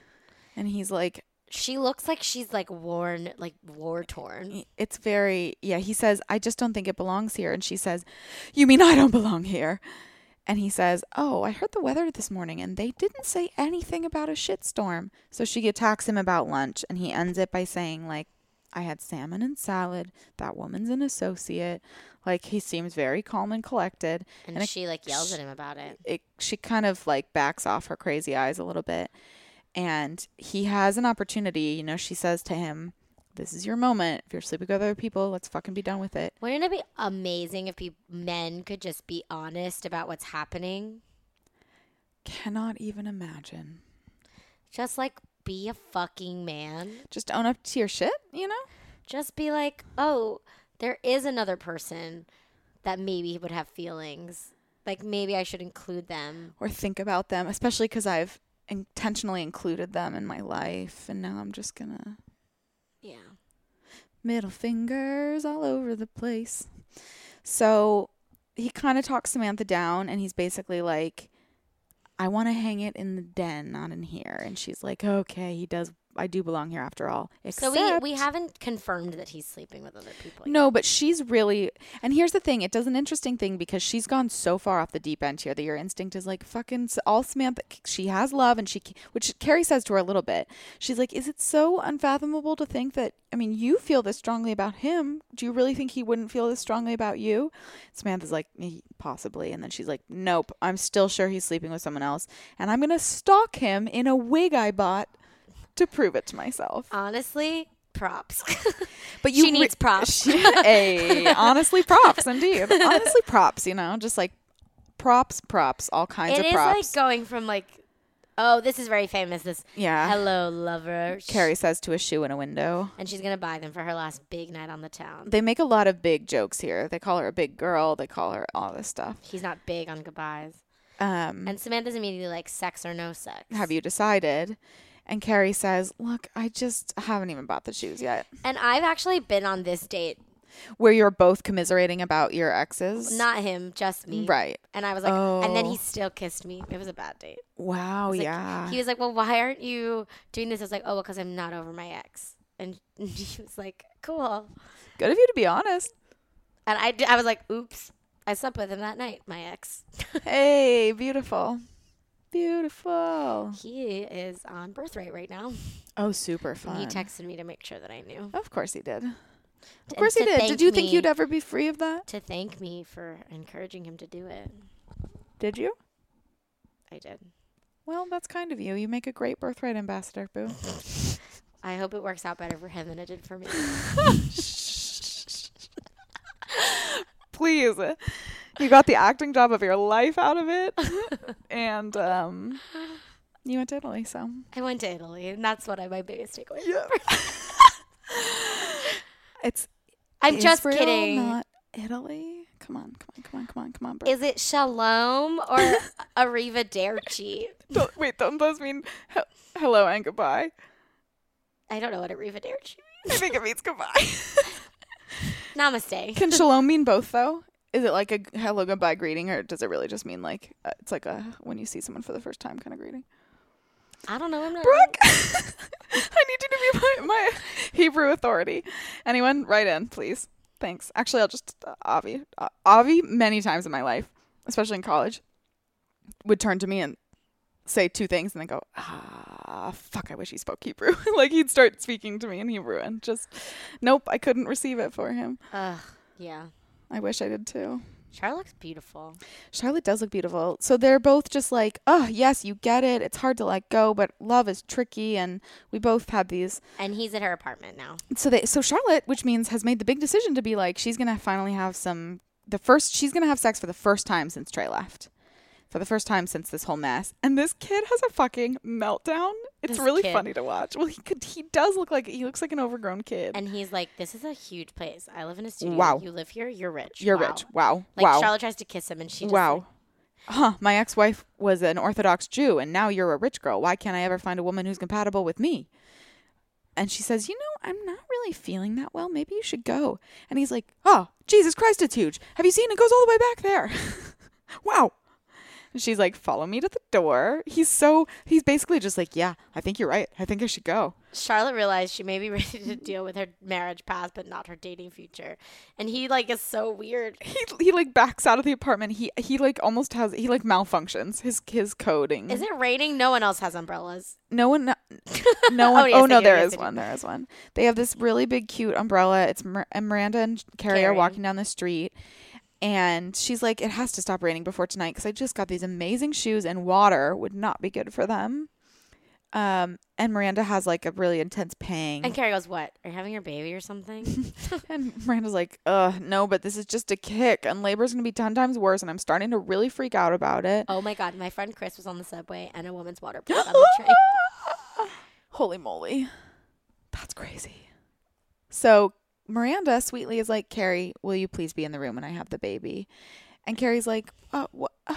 S1: And he's like
S2: She looks like she's like worn, like war torn.
S1: it's very yeah, he says I just don't think it belongs here and she says you mean I don't belong here. And he says, "Oh, I heard the weather this morning and they didn't say anything about a shitstorm." So she attacks him about lunch and he ends it by saying like I had salmon and salad. That woman's an associate. Like he seems very calm and collected.
S2: And,
S1: And I-
S2: she like yells at him about it.
S1: It she kind of like backs off her crazy eyes a little bit. And he has an opportunity, you know, she says to him, This is your moment. If you're sleeping with other people, let's fucking be done with it.
S2: Wouldn't it be amazing if peop men could just be honest about what's happening?
S1: Cannot even imagine.
S2: Just like be a fucking man.
S1: Just own up to your shit, you know?
S2: Just be like, oh, there is another person that maybe would have feelings. Like maybe I should include them.
S1: Or think about them, especially because I've intentionally included them in my life. And now I'm just gonna
S2: Yeah.
S1: middle fingers all over the place. So he kind of talks Samantha down and he's basically like, I want to hang it in the den, not in here. And she's like, okay, he does. I do belong here after all.
S2: So
S1: Except,
S2: we we haven't confirmed that he's sleeping with other people. yet.
S1: No, but she's really. And here's the thing it does an interesting thing because she's gone so far off the deep end here that your instinct is like, fucking s- all Samantha. She has love and she. ca- Which Carrie says to her a little bit. She's like, is it so unfathomable to think that. I mean, you feel this strongly about him. Do you really think he wouldn't feel this strongly about you? Samantha's like, "Eh, possibly. And then she's like, nope, I'm still sure he's sleeping with someone else. And I'm going to stalk him in a wig I bought to prove it to myself.
S2: Honestly, props.
S1: But
S2: She needs props.
S1: She- hey, honestly, props indeed. Honestly, props. You know, just like props, props, all kinds
S2: It
S1: of
S2: is
S1: props.
S2: like going from like, oh, this is very famous. This
S1: yeah,
S2: hello lover, sh-
S1: Carrie says to a shoe in a window.
S2: and she's gonna buy them for her last big night on the town.
S1: They make a lot of big jokes here. They call her a big girl. They call her all this stuff.
S2: He's not big on goodbyes,
S1: Um,
S2: and Samantha's immediately like, sex or no sex.
S1: have you decided? And Carrie says, "Look, I just haven't even bought the shoes yet."
S2: And I've actually been on this date,
S1: Where you're both commiserating about your exes,
S2: not him, just me.
S1: right?
S2: And I was like, and then
S1: Oh.
S2: he still kissed me. It was a bad date.
S1: Wow,
S2: It's like-
S1: yeah.
S2: He was like, well, why aren't you doing this? I was like, oh, well, because I'm not over my ex. And he was like, cool.
S1: Good of you to be honest.
S2: And I, d- I was like, oops. I slept with him that night, my ex.
S1: Hey, beautiful, beautiful.
S2: He is on birthright right now.
S1: Oh, super
S2: And
S1: fun.
S2: He texted me to make sure that I knew.
S1: Of course he did. Of
S2: Of
S1: course he did. Did you think you'd uh, ever be free of that?
S2: to thank me for encouraging him to do it?
S1: Did you?
S2: I did.
S1: Well, that's kind of you. You make a great birthright ambassador, boo.
S2: I hope it works out better for him than it did for me.
S1: Please. You got the acting job of your life out of it. and um you went to Italy, so
S2: I went to Italy, and that's what I my biggest takeaway.
S1: Yeah. it's
S2: I'm just
S1: Israel,
S2: kidding.
S1: Not Italy. Come on, come on, come on, come on, come on, bro.
S2: Is it shalom or arrivederci?
S1: Don't- wait, don't those mean he- hello and goodbye?
S2: I don't know what arrivederci.
S1: I think it means goodbye.
S2: Namaste.
S1: Can shalom mean both though? Is it like a g- hello goodbye greeting, or does it really just mean like uh, it's like a when you see someone for the first time kind of greeting?
S2: I don't know. I'm not.
S1: Brooke, I need you to be my, my Hebrew authority. Anyone, write in, please. Thanks. Actually, I'll just uh, Avi uh, Avi many times in my life, especially in college, would turn to me and say two things and then go ah fuck i wish he spoke hebrew like he'd start speaking to me in hebrew and just nope i couldn't receive it for him
S2: Ugh. Yeah.
S1: i wish i did too
S2: Char looks beautiful.
S1: Charlotte does look beautiful. So they're both just like, oh, yes, you get it. It's hard to let go, but love is tricky. And we both had these.
S2: And he's at her apartment now.
S1: So they, so Charlotte, which means has made the big decision to be like, she's going to finally have some, the first, she's going to have sex for the first time since Trey left. For the first time since this whole mess. And this kid has a fucking meltdown. It's
S2: This
S1: really
S2: kid.
S1: funny to watch. Well, he could, he does look like, he looks like an overgrown kid.
S2: And he's like, "This is a huge place. I live in a studio.
S1: Wow.
S2: You live here. You're rich.
S1: You're
S2: Wow."
S1: rich. Wow.
S2: Like
S1: wow.
S2: Charlotte tries to kiss him, and she just
S1: wow.
S2: like-
S1: huh, my ex wife was an Orthodox Jew, and now you're a rich girl. Why can't I ever find a woman who's compatible with me? And she says, You know, I'm not really feeling that well. Maybe you should go. And he's like, Oh, Jesus Christ, it's huge. Have you seen? It goes all the way back there. wow. She's like, follow me to the door. He's so, he's basically just like, yeah, I think you're right. I think I should go.
S2: Charlotte realized she may be ready to deal with her marriage past, but not her dating future. And he like is so weird.
S1: He, he like backs out of the apartment. He, he like almost has, he like malfunctions his, his coding.
S2: Is it raining? No one else has umbrellas.
S1: No one, no one. oh,
S2: yes, they
S1: no,
S2: do,
S1: there
S2: yes,
S1: is
S2: they do.
S1: one. There is one. They have this really big, cute umbrella. It's Mir- and Miranda and Carrie, are
S2: Carrie.
S1: walking down the street, and she's like, "It has to stop raining before tonight because I just got these amazing shoes, and water would not be good for them." Um, and Miranda has like a really intense pang,
S2: And Carrie goes, "What? Are you having your baby or something?"
S1: and Miranda's like, "Ugh, no, but this is just a kick, and labor's gonna be ten times worse, and I'm starting to really freak out about it."
S2: oh my god, my friend Chris was on the subway and a woman's water poured on the train.
S1: Holy moly. That's crazy. So Miranda sweetly is like, Carrie, will you please be in the room when I have the baby? And Carrie's like, uh, what? Uh,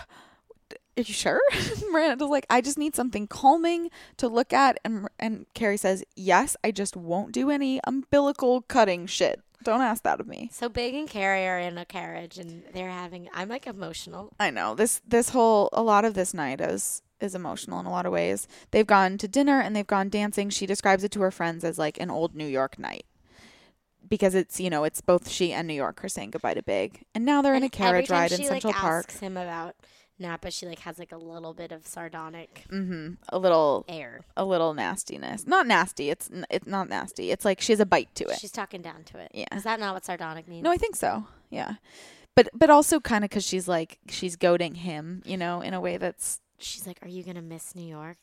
S1: d- are you sure? Miranda's like, I just need something calming to look at. And, and Carrie says, Yes, I just won't do any umbilical cutting shit. Don't ask that of me.
S2: So Big and Carrie are in a carriage and they're having. I'm like emotional.
S1: I know this this whole a lot of this night is is emotional in a lot of ways. They've gone to dinner and they've gone dancing. She describes it to her friends as like an old New York night because it's you know it's both she and New York are saying goodbye to Big, and now they're in a
S2: And every
S1: carriage
S2: time
S1: ride in
S2: she,
S1: Central
S2: like,
S1: Park.
S2: Asks him about Napa. She like has like a little bit of sardonic
S1: hmm A little
S2: air.
S1: a little nastiness. Not nasty. It's n- it's not nasty. It's like she has a bite to it.
S2: She's talking down to it.
S1: Yeah.
S2: Is that not what sardonic means?
S1: no, I think so. Yeah. But but also kind of cuz she's like she's goading him, you know, in a way that's
S2: She's like, "Are you gonna miss New York?"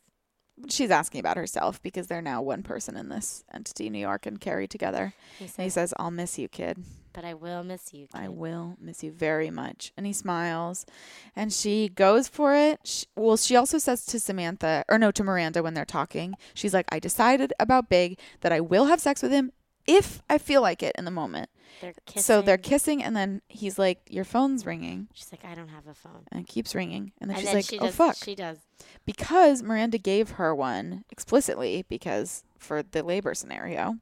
S1: she's asking about herself because they're now one person in this entity, New York and Carrie together.
S2: He
S1: And he
S2: says,
S1: says, I'll miss you, kid.
S2: "But I will miss you."
S1: I
S2: kid."
S1: will miss you very much. And he smiles and she goes for it. She, well, she also says to Samantha, or no, to Miranda when they're talking, she's like, I decided about Big that I will have sex with him if I feel like it in the moment.
S2: They're kissing.
S1: So they're kissing and then he's like, Your phone's ringing.
S2: She's like, "I don't have a phone."
S1: And it keeps ringing. And then
S2: and
S1: she's
S2: then
S1: like,
S2: she
S1: Oh,
S2: does,
S1: fuck.
S2: She does.
S1: because Miranda gave her one explicitly because for the labor scenario.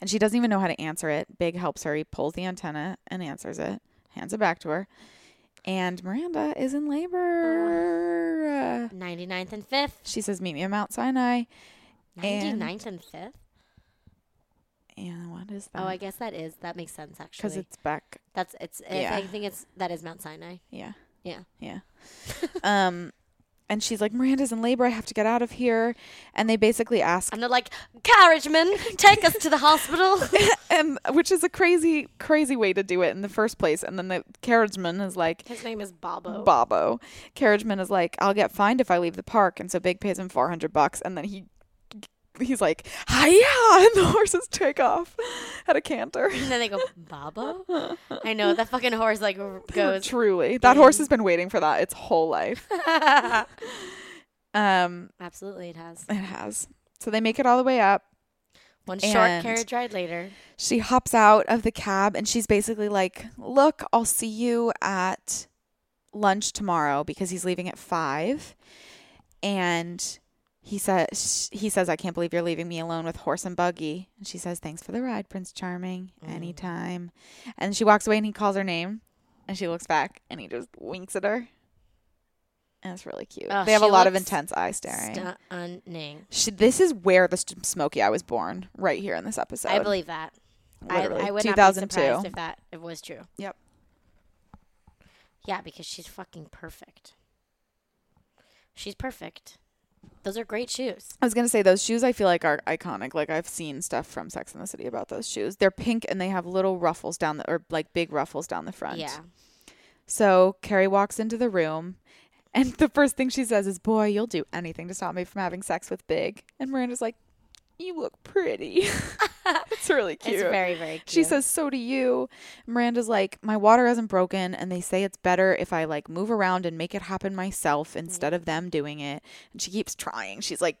S1: And she doesn't even know how to answer it. Big helps her. He pulls the antenna and answers it, hands it back to her. And Miranda is in labor.
S2: 99th and 5th.
S1: She says, Meet me at Mount Sinai. And-
S2: 99th and 5th?
S1: And what is
S2: Oh, I
S1: that?
S2: guess that is. That makes sense,
S1: Because
S2: actually.
S1: it's back.
S2: That's, it's,
S1: yeah.
S2: I think it's, that is Mount Sinai.
S1: Yeah.
S2: Yeah.
S1: Yeah. um, and she's like, Miranda's in labor. I have to get out of here. And they basically ask
S2: And they're like, carriageman, take us to the hospital.
S1: and which is a crazy, crazy way to do it in the first place. And then the carriageman is like,
S2: His name is Bobo.
S1: Bobbo. Carriageman is like, I'll get fined if I leave the park, and so Big pays him four hundred bucks, and then he he's like, Hiya! and the horses take off at a canter.
S2: and then they go, Bobo? I know, that fucking horse like r- goes.
S1: Truly, that horse has been waiting for that its whole life. Um,
S2: Absolutely, it has.
S1: it has. So they make it all the way up.
S2: One short
S1: And-
S2: carriage ride later.
S1: she hops out of the cab and she's basically like, Look, I'll see you at lunch tomorrow because he's leaving at five. And he says he says, I can't believe you're leaving me alone with horse and buggy. And she says, Thanks for the ride, Prince Charming.
S2: Mm-hmm.
S1: Anytime. And she walks away and he calls her name and she looks back and he just winks at her. And it's really cute.
S2: Oh,
S1: they have a
S2: she
S1: lot of
S2: looks
S1: intense eye staring.
S2: Stunning.
S1: she, this is where the st- Smokey I was born, right here in this episode.
S2: I believe that. I,
S1: Literally.
S2: I would not be
S1: 2002.
S2: surprised if that if it was true.
S1: Yep.
S2: Yeah, because she's fucking perfect. She's perfect. Those are great shoes.
S1: I was gonna say those shoes. I feel like are iconic. Like I've seen stuff from Sex and the City about those shoes. They're pink and they have little ruffles down the or like big ruffles down the front.
S2: Yeah.
S1: So Carrie walks into the room, and the first thing she says is, "Boy, you'll do anything to stop me from having sex with Big." And Miranda's like, "You look pretty." it's really cute.
S2: It's very, very cute.
S1: She says, "So do you." Miranda's like, "My water hasn't broken, and they say it's better if I like move around and make it happen myself instead of them doing it." And she keeps trying. She's like,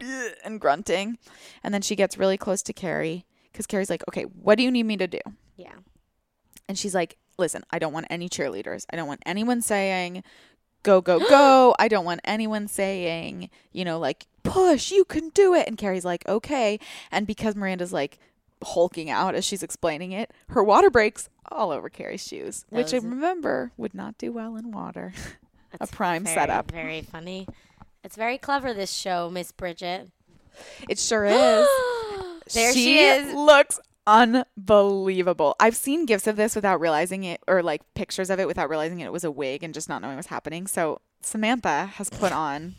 S1: "Ugh," and grunting, and then she gets really close to Carrie because Carrie's like, "Okay, what do you need me to do?"
S2: Yeah.
S1: And she's like, "Listen, I don't want any cheerleaders. I don't want anyone saying." Go, go, go. I don't want anyone saying, you know, like, push, you can do it. And Carrie's like, okay. And because Miranda's like hulking out as she's explaining it, her water breaks all over Carrie's shoes, which I
S2: Those-
S1: remember would not do well in water.
S2: That's
S1: prime
S2: very,
S1: setup.
S2: Very funny. It's very clever this show, Miss Bridget.
S1: It sure is.
S2: there she, is.
S1: Looks unbelievable. I've seen gifs of this without realizing it, or like pictures of it without realizing it was a wig and just not knowing what's happening. So Samantha has put on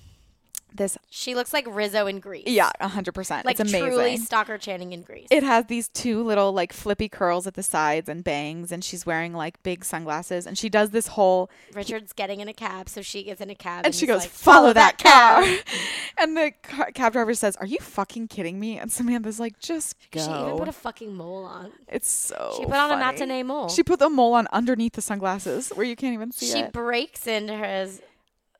S1: this.
S2: She looks like Rizzo in Greece.
S1: Yeah, hundred percent.
S2: Like
S1: It's amazing.
S2: truly Stalker Channing in Greece.
S1: it has these two little like flippy curls at the sides and bangs, and she's wearing like big sunglasses, and she does this whole
S2: Richard's getting in a cab, so she gets in a cab.
S1: and she
S2: he's
S1: goes,
S2: like,
S1: "Follow that car," and the ca- cab driver says, "Are you fucking kidding me?" And Samantha's like, "Just go."
S2: She even put a fucking mole on.
S1: It's so.
S2: She put on
S1: funny.
S2: a matinee mole.
S1: She put the mole on underneath the sunglasses where you can't even see
S2: she
S1: it.
S2: breaks into his.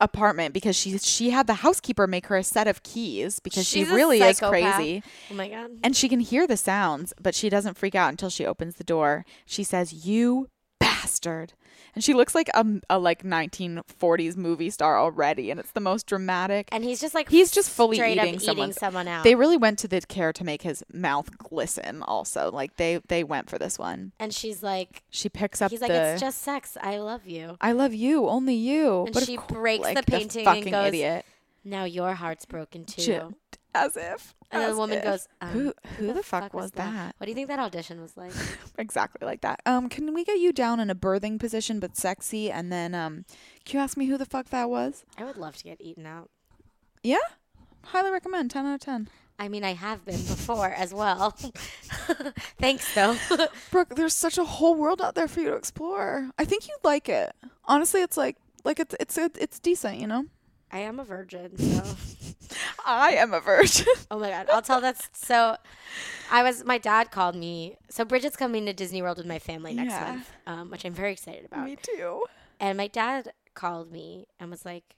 S1: Apartment because she she had the housekeeper make her a set of keys because
S2: She's
S1: she
S2: a
S1: really is
S2: psychopath.
S1: crazy
S2: Oh my god.
S1: and she can hear the sounds but she doesn't freak out until she opens the door. She says, "You bastard." And she looks like a, a like 1940s movie star already and it's the most dramatic.
S2: And he's just like
S1: He's just fully
S2: straight
S1: eating
S2: up eating
S1: someone's-
S2: someone out.
S1: They really went to the care to make his mouth glisten also. Like they they went for this one.
S2: and she's like,
S1: She picks up
S2: he's like,
S1: the Oh,
S2: it's just sex. I love you.
S1: I love you, only you.
S2: And
S1: But of
S2: she
S1: cour-
S2: breaks
S1: like
S2: the painting and
S1: fucking
S2: goes,
S1: idiot.
S2: Now your heart's broken too.
S1: Ju- As if.
S2: and then
S1: as
S2: the woman
S1: if.
S2: goes, um,
S1: "Who who the, fuck, was, that?
S2: What do you think that audition was like?
S1: Exactly like that. Um, can we get you down in a birthing position but sexy, and then um, can you ask me who the fuck that was?
S2: I would love to get eaten out.
S1: Yeah, highly recommend. Ten out of ten.
S2: I mean, I have been before as well. Thanks, though.
S1: Brooke, there's such a whole world out there for you to explore. I think you'd like it. Honestly, it's like like it's it's it's decent, you know.
S2: I am a virgin, so.
S1: I am a virgin.
S2: Oh my god! I'll tell that's so. I was my dad called me. So Bridget's coming to Disney World with my family next
S1: Yeah.
S2: month, um, which I'm very excited about.
S1: me too.
S2: And my dad called me and was like,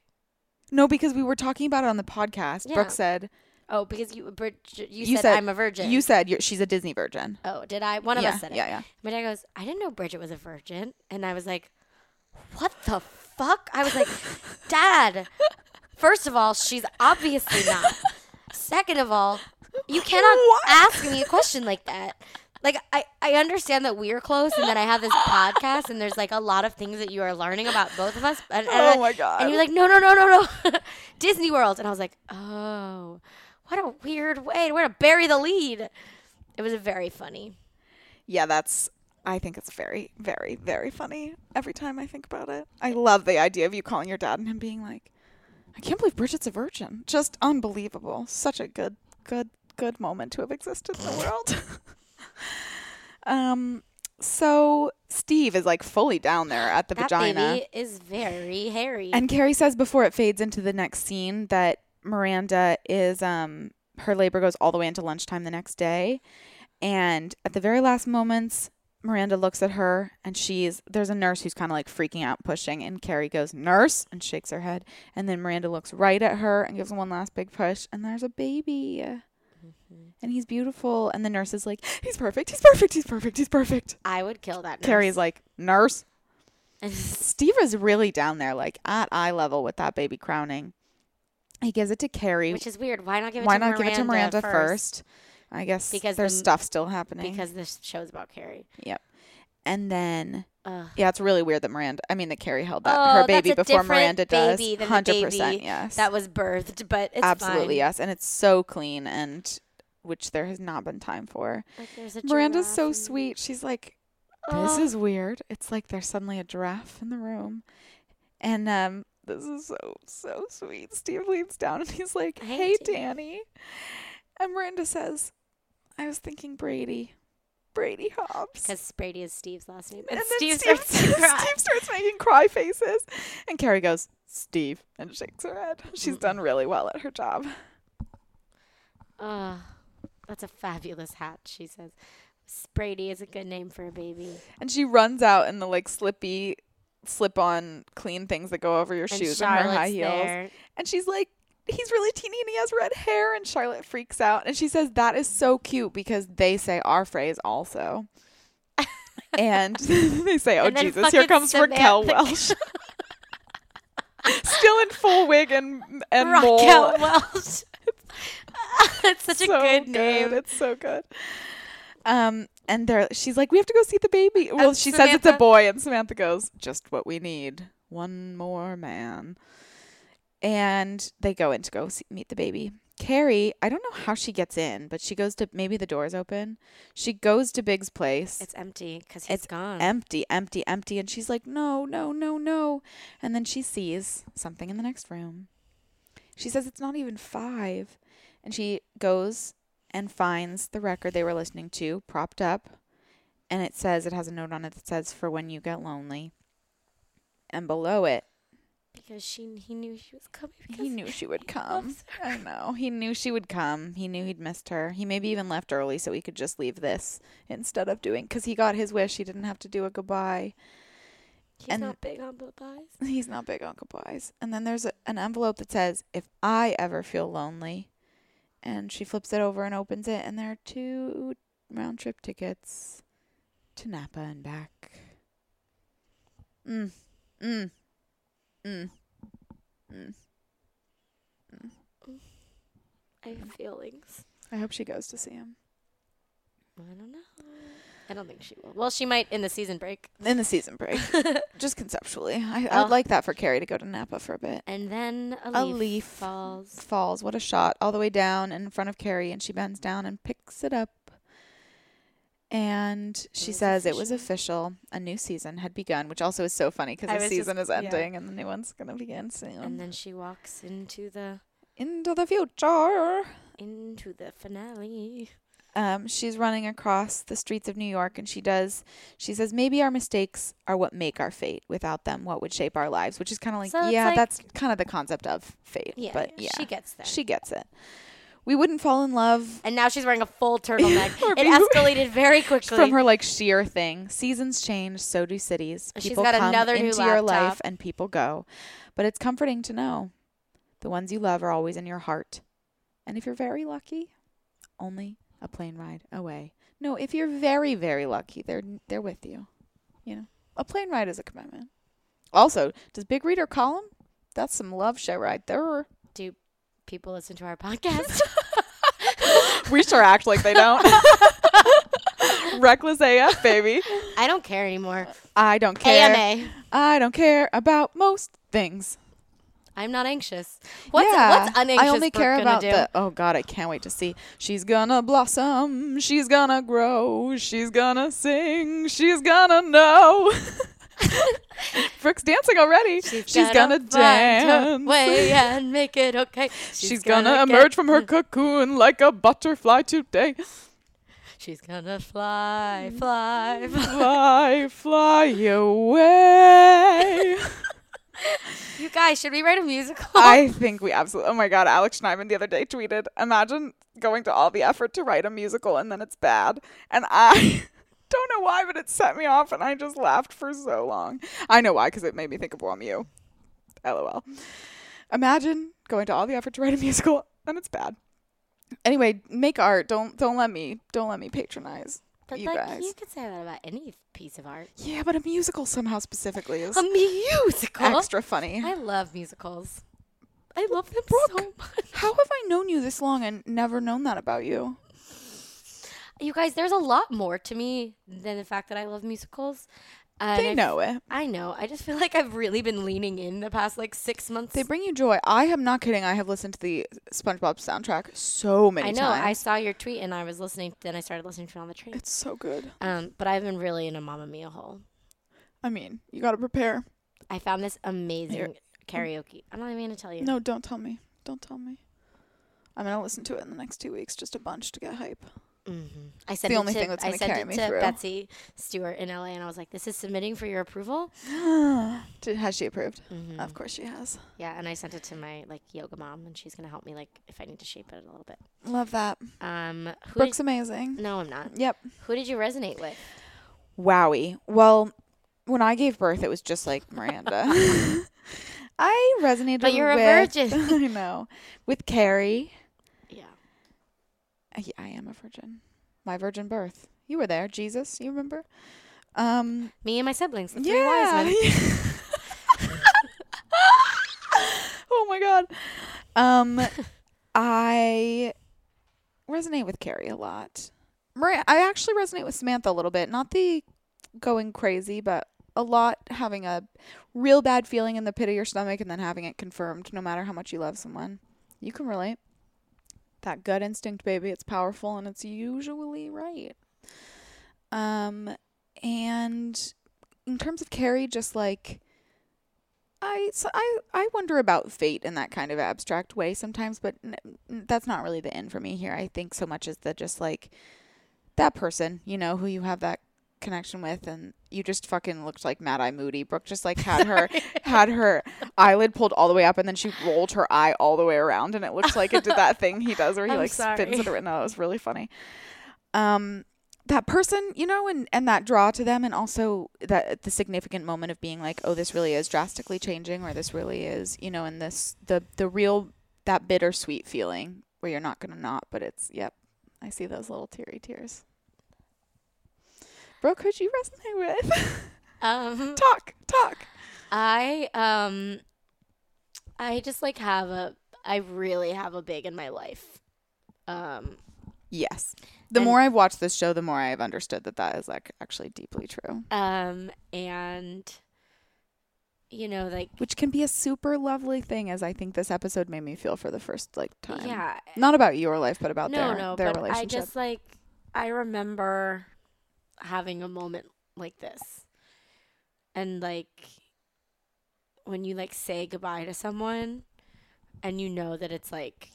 S1: No, because we were talking about it on the podcast.
S2: Yeah.
S1: Brooke said
S2: "Oh, because you Bridget, you,
S1: You
S2: said,
S1: said-
S2: I'm a virgin."
S1: you said you're, she's a Disney virgin.
S2: oh, did I? One of
S1: yeah,
S2: us said it.
S1: yeah, yeah.
S2: My dad goes, "I didn't know Bridget was a virgin," and I was like, "What the fuck?" I was like, "Dad, first of all, she's obviously not. Second of all, you cannot
S1: What?
S2: ask me a question like that." Like I, I understand that we're close and that I have this podcast and there's like a lot of things that you are learning about both of us. And, and
S1: Oh
S2: I-
S1: my God.
S2: Uh, And you're like, no, no, no, no, no, Disney World. And I was like, oh, what a weird way, where to bury the lead. It was very funny.
S1: yeah, that's. I think it's very, very, very funny every time I think about it. I love the idea of you calling your dad and him being like, I can't believe Bridget's a virgin. Just unbelievable. Such a good, good, good moment to have existed in the world. um, so Steve is like fully down there at the
S2: that
S1: vagina.
S2: baby is very hairy.
S1: And Carrie says before it fades into the next scene that Miranda is um her labor goes all the way into lunchtime the next day. And at the very last moments, Miranda looks at her and she's there's a nurse who's kind of like freaking out, pushing, and Carrie goes, Nurse, and shakes her head. And then Miranda looks right at her and gives one last big push, and there's a baby. And he's beautiful. And the nurse is like, He's perfect, he's perfect, he's perfect, he's perfect.
S2: I would kill that. Nurse.
S1: Carrie's like, Nurse,
S2: And
S1: Steve is really down there, like at eye level with that baby crowning. He gives it to Carrie.
S2: which is weird. Why not give it?
S1: Why
S2: to
S1: not
S2: Miranda
S1: give it to Miranda
S2: first?
S1: first? I guess
S2: Because
S1: because there's
S2: the-
S1: stuff still happening.
S2: Because this show's about Carrie.
S1: yep. And then
S2: Ugh.
S1: yeah, it's really weird that Miranda. I mean, that Carrie held that
S2: Oh,
S1: her baby
S2: that's a
S1: before
S2: different
S1: Miranda does.
S2: baby than the baby
S1: yes.
S2: That was birthed, but it's
S1: absolutely
S2: fine.
S1: yes, and it's so clean and which there has not been time for.
S2: Like, there's a
S1: Miranda's so
S2: giraffe and-
S1: sweet. She's like, this
S2: Oh.
S1: is weird. It's like there's suddenly a giraffe in the room. And um this is so so sweet. Steve leans down and he's like,
S2: Hey,
S1: "Hey,
S2: Steve."
S1: Danny." And Miranda says, "I was thinking Brady, Brady Hobbs."
S2: because Brady is Steve's last name,
S1: and
S2: and,
S1: then
S2: Steve,
S1: Steve,
S2: starts to cry.
S1: Steve starts making cry faces, and Carrie goes, "Steve," and shakes her head. She's done really well at her job.
S2: Ugh. Ah, that's a fabulous hat. She says, "Brady is a good name for a baby."
S1: And she runs out in the like slippy, slip-on clean things that go over your
S2: And
S1: shoes and her
S2: Charlotte's
S1: high heels.
S2: there.
S1: And she's like, he's really teeny and he has red hair. And Charlotte freaks out. And she says, that is so cute because they say our phrase also. and they say, oh,
S2: And then
S1: Jesus, here
S2: fucking
S1: comes Raquel
S2: Samantha-
S1: Welsh. Still in full wig and, and mole.
S2: Raquel Welch. it's such
S1: So
S2: a good, name.
S1: It's so good. Um, and there, she's like, we have to go see the baby. Well, she says it's
S2: Samantha-
S1: a boy. And Samantha goes, just what we need. one more man. And they go in to go see, meet the baby. Carrie, I don't know how she gets in, but she goes to maybe the door's open. She goes to Big's place.
S2: It's empty because he's
S1: It's
S2: gone.
S1: empty, empty, empty. And she's like, no, no, no, no. And then she sees something in the next room. She says, it's not even five. And she goes and finds the record they were listening to propped up. And it says, it has a note on it that says, for when you get lonely. And below it,
S2: because she he knew she was coming. Because
S1: he knew she would come.
S2: loves
S1: I know. He knew she would come. He knew he'd missed her. He maybe even left early so he could just leave this instead of doing, because he got his wish. He didn't have to do a goodbye.
S2: He's
S1: and-
S2: not big on goodbyes.
S1: He's not big on goodbyes. And then there's a, an envelope that says, If I ever feel lonely. And she flips it over and opens it, and there are two round trip tickets to Napa and back. Mm. Mm. Mm. Mm.
S2: I have feelings.
S1: I hope she goes to see him.
S2: I don't know. I don't think she will. Well, she might in the season break.
S1: In the season break. Just conceptually. I,
S2: Oh.
S1: I'd like that for Carrie to go to Napa for a bit.
S2: And then a,
S1: A
S2: leaf,
S1: leaf.
S2: falls.
S1: falls. What a shot. All the way down in front of Carrie, and she bends down and picks it up. And she
S2: was
S1: says it was
S2: official.
S1: official. A new season had begun, which also is so funny
S2: I
S1: because the
S2: was just-
S1: season is
S2: yeah.
S1: ending and the new one's going to begin
S2: And
S1: soon.
S2: then she walks into the
S1: Into the future.
S2: into the finale.
S1: Um, she's running across the streets of New York and she does, she says, maybe our mistakes are what make our fate. Without them, what would shape our lives? Which is kind of like,
S2: So it's
S1: yeah,
S2: like-
S1: that's kind of the concept of fate.
S2: Yeah,
S1: but
S2: yeah,
S1: yeah,
S2: she gets there.
S1: she gets it. We wouldn't fall in love
S2: and now she's wearing a full turtleneck.
S1: Or
S2: it
S1: maybe-
S2: escalated very quickly.
S1: from her like sheer thing. Seasons change, so do cities.
S2: She's
S1: People
S2: got
S1: come
S2: another new
S1: into your
S2: laptop.
S1: life and people go. But it's comforting to know the ones you love are always in your heart. And if you're very lucky, only a plane ride away. No, if you're very very lucky, they're they're with you. You know. A plane ride is a commitment. Also, does Big Reader column? That's some love shit right there.
S2: Do people listen to our podcast?
S1: We sure act like they don't. Reckless AF, baby.
S2: I don't care anymore.
S1: I don't care.
S2: AMA.
S1: I don't care about most things.
S2: I'm not anxious. What's
S1: Yeah.
S2: what's unanxious
S1: I only
S2: Brooke
S1: care
S2: gonna
S1: about
S2: do?
S1: the. Oh God, I can't wait to see. She's gonna blossom. She's gonna grow. She's gonna sing. She's gonna know. Brooke's dancing already. She's, gonna, dance.
S2: find her way and make it okay.
S1: She's, gonna, emerge
S2: get-
S1: from her cocoon like a butterfly today.
S2: She's gonna fly, fly,
S1: Fly,
S2: fly.
S1: fly away.
S2: You guys, should we write a musical?
S1: I think we absolutely. Oh my God, Alex Schneidman the other day tweeted, "Imagine going to all the effort to write a musical and then it's bad." And I don't know why, but it set me off, and I just laughed for so long. I know why, because it made me think of Wom You. LOL. Imagine going to all the effort to write a musical and it's bad. Anyway, make art. Don't don't let me don't let me patronize
S2: but
S1: you
S2: like,
S1: guys.
S2: you could say that about any piece of art.
S1: Yeah, but a musical somehow specifically is
S2: A musical.
S1: extra funny.
S2: I love musicals. I love them so much.
S1: How have I known you this long and never known that about you?
S2: You guys, there's a lot more to me than the fact that I love musicals. And
S1: They
S2: I-
S1: know it.
S2: I know. I just feel like I've really been leaning in the past like six months.
S1: They bring you joy. I am not kidding. I have listened to the SpongeBob soundtrack so many
S2: I know. I
S1: times.
S2: saw your tweet and I was listening. Then I started listening to it on the train.
S1: it's so good.
S2: Um, but I've been really in a Mamma Mia hole.
S1: I mean, you got to prepare.
S2: I found this amazing
S1: Here.
S2: karaoke. I'm not even gonna tell you.
S1: No, don't tell me. Don't tell me. I'm gonna listen to it in the next two weeks, just a bunch to get hype.
S2: Mm-hmm. I sent
S1: the
S2: it
S1: only
S2: to,
S1: thing that's
S2: I
S1: gonna
S2: sent
S1: carry
S2: it
S1: me
S2: to
S1: through.
S2: Betsy Stewart in LA, and I was like, "This is submitting for your approval." Mm-hmm.
S1: Did, has she approved?
S2: Mm.
S1: Of course she has.
S2: Yeah, and I sent it to my like yoga mom, and she's gonna help me like if I need to shape it a little bit.
S1: Love that.
S2: Um, who? Mm.
S1: Brooke's
S2: did,
S1: amazing.
S2: no, I'm not.
S1: Yep.
S2: Who did you resonate with?
S1: Wowie. Well, when I gave birth, it was just like Miranda. I resonated.
S2: But you're a
S1: with-
S2: virgin.
S1: I know. With Carrie.
S2: Yeah.
S1: I, I am a virgin. My virgin birth. You were there, Jesus. You remember? Um,
S2: Me and my siblings, the three wise
S1: yeah.
S2: men.
S1: oh my God. Um, I resonate with Carrie a lot. Maria, I actually resonate with Samantha a little bit. Not the going crazy, but a lot having a real bad feeling in the pit of your stomach and then having it confirmed no matter how much you love someone. You can relate. That gut instinct, baby, it's powerful and it's usually right. Um and in terms of Carrie just like I, so I I wonder about fate in that kind of abstract way sometimes, but n- n- that's not really the end for me here. I think so much is that just like that person, you know, who you have that connection with, and you just fucking looked like Mad Eye Moody. Brooke just like had her had her eyelid pulled all the way up, and then she rolled her eye all the way around, and it looks like it did that thing he does where he
S2: I'm
S1: like
S2: sorry.
S1: spins it around. No, it was really funny. Um, that person, you know, and and that draw to them, and also that the significant moment of being like, oh, this really is drastically changing, or this really is, you know, and this the the real that bittersweet feeling where you're not gonna not, but it's yep, I see those little teary tears. Brooke, who'd you resonate with?
S2: Um,
S1: talk, talk.
S2: I um I just like have a I really have a big in my life. Um
S1: Yes. The
S2: And-
S1: more I've watched this show, the more I've understood that that is like actually deeply true,
S2: um and you know like
S1: which can be a super lovely thing, as I think this episode made me feel for the first like time.
S2: yeah.
S1: Not about your life, but about
S2: no,
S1: their,
S2: no,
S1: their
S2: but I
S1: relationship.
S2: just like I remember having a moment like this. And like when you like say goodbye to someone and you know that it's like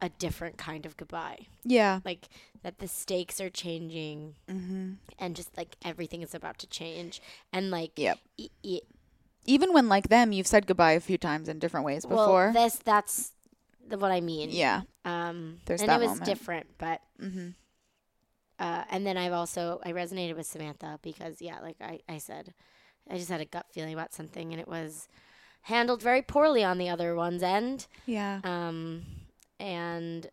S2: a different kind of goodbye.
S1: yeah.
S2: Like that the stakes are changing.
S1: Mm-hmm.
S2: and just like everything is about to change and like
S1: Yep.
S2: e- e-
S1: Even when like them, you've said goodbye a few times in different ways before.
S2: well this that's the, what i mean
S1: yeah.
S2: um
S1: There's
S2: and
S1: that
S2: it was
S1: moment.
S2: different but
S1: Mm-hmm.
S2: uh and then i've also i resonated with samantha because yeah like i i said i just had a gut feeling about something and it was handled very poorly on the other one's end
S1: Yeah.
S2: um and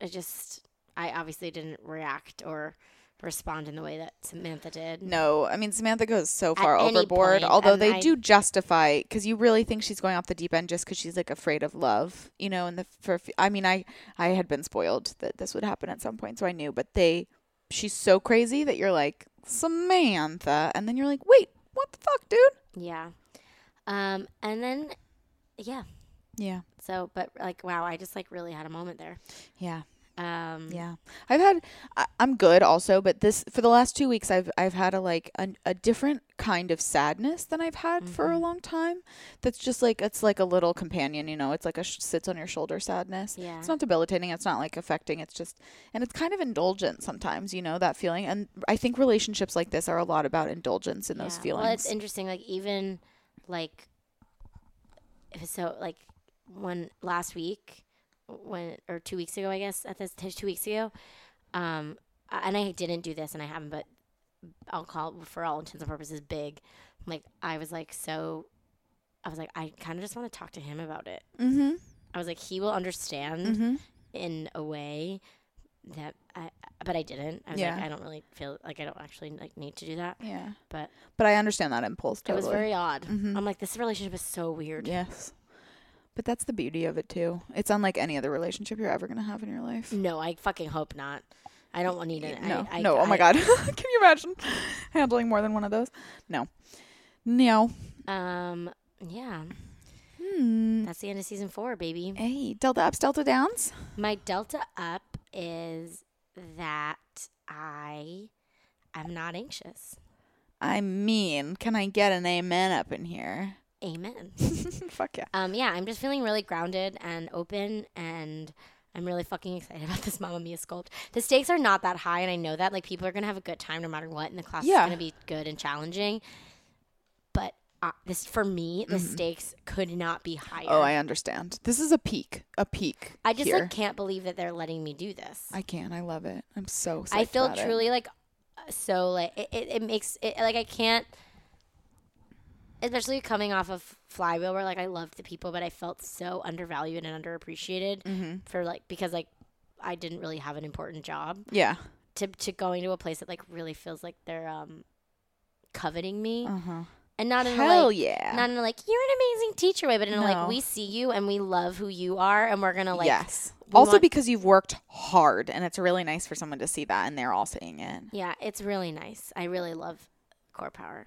S2: i just i obviously didn't react or respond in the way that samantha did
S1: No, I mean Samantha goes so far
S2: any
S1: overboard.
S2: point,
S1: although
S2: and
S1: they
S2: I-
S1: do justify because you really think she's going off the deep end just because she's like afraid of love, you know. And the for I mean I I had been spoiled that this would happen at some point, so I knew. But they, she's so crazy that you're like Samantha, and then you're like, wait, what the fuck, dude?
S2: yeah um and then yeah
S1: Yeah.
S2: So, but like, wow, I just like really had a moment there.
S1: Yeah.
S2: Um,
S1: Yeah, I've had. I, I'm good also, but this for the last two weeks, I've I've had a like a, a different kind of sadness than I've had for a
S2: Mm-hmm.
S1: long time. That's just like it's like a little companion, you know. It's like a sh- sits on your shoulder sadness.
S2: Yeah.
S1: It's not debilitating. It's not like affecting. It's just and it's kind of indulgent sometimes, you know, that feeling. And I think relationships like this are a lot about indulgence in those
S2: Yeah.
S1: feelings.
S2: Well, it's interesting. Like even like if it's so like when last week when or two weeks ago, I guess at this t- two weeks ago, um, I- and I didn't do this and I haven't, but I'll call it for all intents and purposes big. Like I was like so, I was like I kind of just want to talk to him about it.
S1: mm-hmm.
S2: I was like he will understand.
S1: Mm-hmm.
S2: in a way that I, but I didn't. I was
S1: Yeah.
S2: like, I don't really feel like I don't actually like need to do that.
S1: Yeah.
S2: But
S1: But I understand that impulse.
S2: it
S1: Totally.
S2: was very odd.
S1: Mhm.
S2: I'm like, this relationship is so weird.
S1: Yes. But that's the beauty of it too. It's unlike any other relationship you're ever gonna have in your life.
S2: No, I fucking hope not. I don't want to need it.
S1: No,
S2: I, I,
S1: no. oh my
S2: I-
S1: god, can you imagine handling more than one of those? No, no.
S2: Um, yeah,
S1: Hmm.
S2: that's the end of season four, baby.
S1: Hey, delta ups, delta downs.
S2: My delta up is that I am not anxious.
S1: I mean, can I get an amen up in here?
S2: Amen.
S1: Fuck yeah.
S2: Um, yeah, I'm just feeling really grounded and open, and I'm really fucking excited about this Mamma Mia sculpt. The stakes are not that high, and I know that. Like, people are gonna have a good time no matter what, and the class
S1: Yeah.
S2: is gonna be good and challenging. But uh, this, for me, the stakes could not be higher.
S1: Mm-hmm. Oh, I understand. This is a peak, a peak.
S2: I just
S1: here.
S2: like can't believe that they're letting me do this.
S1: I can. I love it. I'm so.
S2: I
S1: psyched
S2: feel
S1: about it.
S2: truly like so like it, it, it makes it like I can't especially coming off of flywheel where like I loved the people but I felt so undervalued and underappreciated
S1: Mm-hmm.
S2: for like because like I didn't really have an important job
S1: Yeah.
S2: to to going to a place that like really feels like they're um coveting me
S1: Uh huh.
S2: and not in a,
S1: Hell
S2: like
S1: yeah.
S2: not in a, like you're an amazing teacher way but in a,
S1: No.
S2: like we see you and we love who you are and we're going to like
S1: yes.
S2: we
S1: Also,
S2: want-
S1: because you've worked hard, and it's really nice for someone to see that, and they're all seeing it.
S2: yeah it's really nice. I really love core power.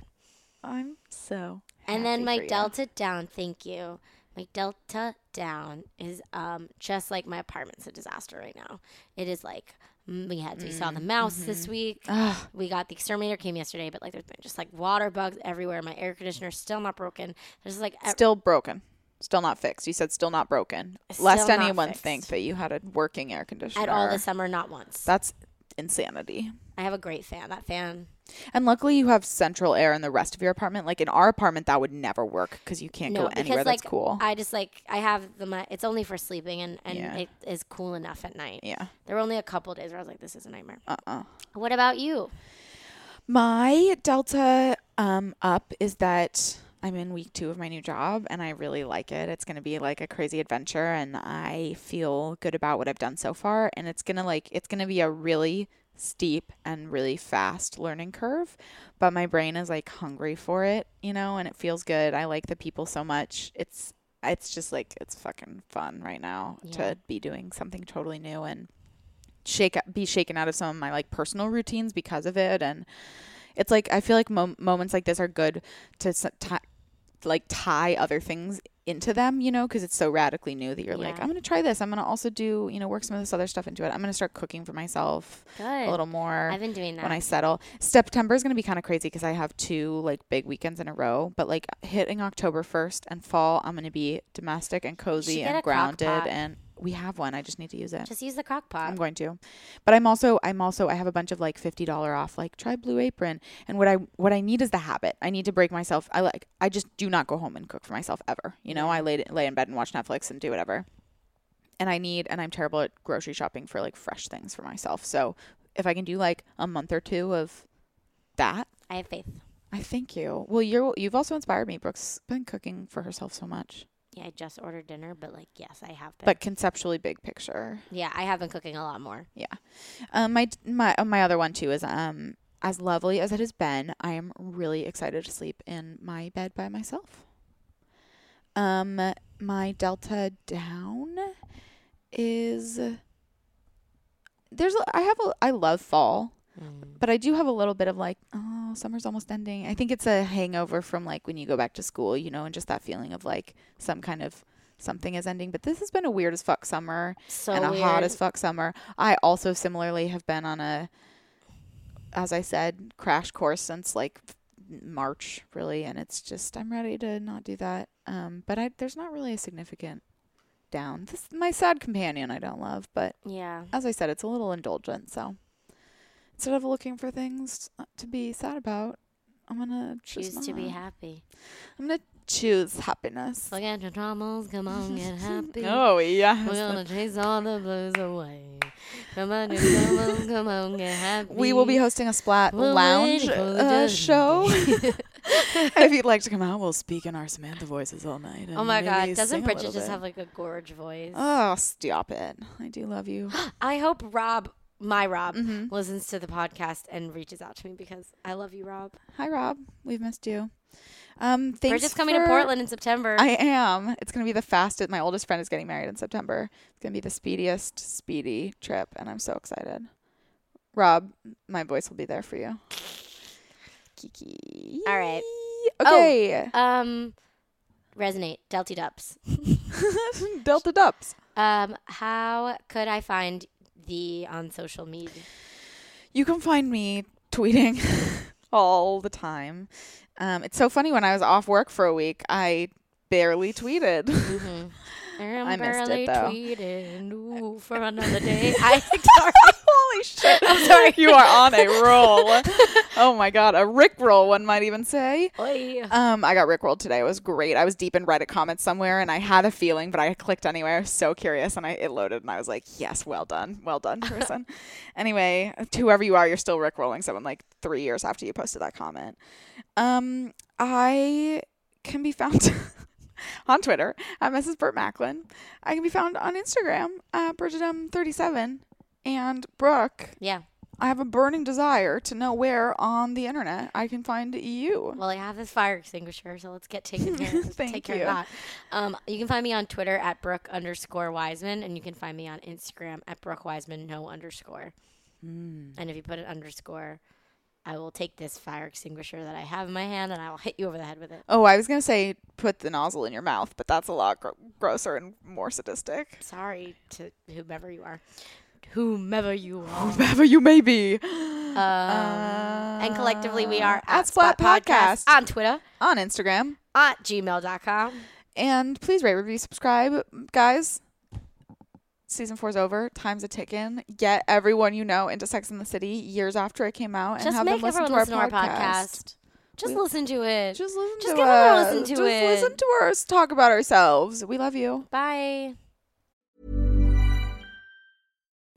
S1: I'm so.
S2: And then
S1: happy
S2: my
S1: for you.
S2: delta down, thank you. My delta down is um just like my apartment's a disaster right now. It is like mm, we had we saw the mouse
S1: mm-hmm.
S2: this week.
S1: Ugh.
S2: We got the exterminator came yesterday, but like there's been just like water bugs everywhere. My air conditioner's still not broken. There's like e-, ev-
S1: Still broken. Still not fixed. You said still not broken.
S2: Still
S1: Lest
S2: not
S1: anyone
S2: fixed.
S1: think that you had a working air conditioner.
S2: at all this summer, not once.
S1: That's insanity.
S2: I have a great fan. That fan
S1: And luckily, you have central air in the rest of your apartment. Like in our apartment, that would never work because you can't go anywhere
S2: like,
S1: that's cool.
S2: I just like I have the my it's only for sleeping and and
S1: Yeah.
S2: it is cool enough at night.
S1: yeah.
S2: There were only a couple days where I was like, this is a nightmare.
S1: Uh uh
S2: What about you?
S1: My delta um up is that I'm in week two of my new job and I really like it. It's gonna be like a crazy adventure and I feel good about what I've done so far and it's gonna like it's gonna be a really steep and really fast learning curve. But my brain is like hungry for it, you know, and it feels good. I like the people so much. It's it's just like it's fucking fun right now
S2: Yeah.
S1: to be doing something totally new and shake be shaken out of some of my like personal routines because of it and it's like i feel like mom- moments like this are good to s- ti like tie other things into them you know because it's so radically new that you're like
S2: Yeah.
S1: i'm gonna try this i'm gonna also do you know work some of this other stuff into it i'm gonna start cooking for myself
S2: Good.
S1: a little more
S2: I've been doing that.
S1: when I settle. September is going to be kind of crazy because I have two like big weekends in a row. But like hitting October first and fall, I'm going to be domestic and cozy
S2: get a
S1: and
S2: crock
S1: grounded.
S2: pot.
S1: And we have one. I just need to use it.
S2: Just use the crock
S1: I'm
S2: pot.
S1: going to, but I'm also I'm also I have a bunch of like fifty dollar off like try Blue Apron and what I what I need is the habit. I need to break myself. I like I just do not go home and cook for myself ever. You know I lay lay in bed and watch Netflix and do whatever. And I need and I'm terrible at grocery shopping for like fresh things for myself. So if I can do like a month or two of that,
S2: I have faith.
S1: I thank you. Well, you're you've also inspired me. Brooke's been cooking for herself so much,
S2: Yeah, I just ordered dinner, but like, yes, I have been.
S1: but conceptually big picture.
S2: yeah, I have been cooking a lot more.
S1: Yeah. Um, my my uh, my other one too is um as lovely as it has been, I am really excited to sleep in my bed by myself. Um, my delta down is there's a, I have a I love fall, but I do have a little bit of like oh summer's almost ending. I think it's a hangover from like when you go back to school, you know, and just that feeling of like some kind of something is ending. But this has been a weird as fuck summer
S2: So
S1: and a
S2: weird.
S1: hot as fuck summer. I also similarly have been on a, as I said, crash course since like March, really, and it's just I'm ready to not do that. Um, but I there's not really a significant down. This my sad companion I don't love, but
S2: yeah.
S1: as I said, it's a little indulgent. So instead of looking for things to be sad about, I'm gonna just
S2: Choose to be
S1: not.
S2: happy.
S1: I'm gonna choose happiness.
S2: Forget your troubles. Come on, get happy.
S1: oh yeah.
S2: We're gonna chase all the blues away. Come on, your troubles. Come on, get happy.
S1: We will be hosting a Splat
S2: We're
S1: Lounge
S2: waiting for the
S1: uh,
S2: judgment
S1: show. if you'd like to come out, we'll speak in our Samantha voices all night.
S2: Oh my God! Doesn't Bridget just have like a gorge voice?
S1: Oh, stop it! I do love you.
S2: I hope Rob, my Rob,
S1: Mm-hmm.
S2: listens to the podcast and reaches out to me because I love you, Rob.
S1: Hi, Rob. We've missed you. Um, thanks.
S2: We're just coming
S1: for-
S2: to Portland in September.
S1: I am. It's gonna be the fastest. My oldest friend is getting married in September. It's gonna be the speediest, speedy trip, and I'm so excited. Rob, my voice will be there for you. Kiki.
S2: All right.
S1: Okay.
S2: um, resonate, Delty Dubs.
S1: Delta Dups.
S2: Um, how could I find thee on social media?
S1: You can find me tweeting all the time. Um, it's so funny when I was off work for a week, I barely tweeted.
S2: Mm-hmm. I'm
S1: I missed it,
S2: barely
S1: though.
S2: tweeting ooh, for another day. I
S1: Holy shit! I'm
S2: sorry.
S1: You are on a roll. oh my god, a Rick roll, one might even say.
S2: Oi.
S1: Um, I got Rickrolled today. It was great. I was deep in Reddit comments somewhere, and I had a feeling, but I clicked anyway. I was so curious, and I it loaded, and I was like, "Yes, well done, well done, person." anyway, to whoever you are, you're still Rickrolling someone like three years after you posted that comment. Um, I can be found on Twitter at Mrs. Burt Macklin. I can be found on Instagram at Bridgetum37. And Brooke,
S2: yeah.
S1: I have a burning desire to know where on the internet I can find you.
S2: Well, I have this fire extinguisher, so let's get taken care of.
S1: Thank
S2: take care
S1: you.
S2: of that. Um, you can find me on Twitter at Brooke underscore Wiseman, and you can find me on
S1: Hmm.
S2: Instagram at Brooke Wiseman no underscore. And if you put an underscore I will take this fire extinguisher that I have in my hand and I will hit you over the head with it.
S1: Oh, I was gonna say put the nozzle in your mouth, but that's a lot gr- grosser and more sadistic.
S2: Sorry to whomever you are. Whomever you are.
S1: Whoever you may be.
S2: Um, and collectively, we are
S1: Uh, at Splat Podcast.
S2: on Twitter,
S1: On Instagram.
S2: at gmail.com.
S1: And please rate, review, subscribe, guys. Season four's over. Time's a ticking. Get everyone you know into Sex in the City years after it came out, and
S2: Just
S1: have
S2: make
S1: them listen
S2: everyone
S1: to our,
S2: listen to our
S1: podcast.
S2: podcast. Just
S1: We-
S2: listen to it.
S1: Just listen
S2: Just
S1: to
S2: get
S1: us.
S2: everyone to listen to
S1: Just
S2: it.
S1: listen to us talk about ourselves. We love you.
S2: Bye.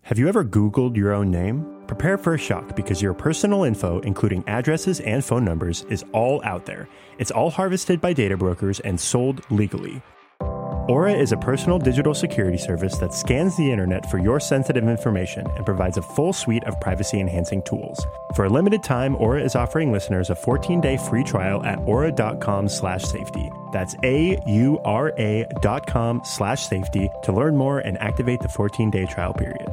S3: Have you ever Googled your own name? Prepare for a shock because your personal info, including addresses and phone numbers, is all out there. It's all harvested by data brokers and sold legally. Aura is a personal digital security service that scans the internet for your sensitive information and provides a full suite of privacy enhancing tools. For a limited time, Aura is offering listeners a 14-day free trial at aura.com slash safety. That's A-U-R-A dot com slash safety to learn more and activate the 14-day trial period.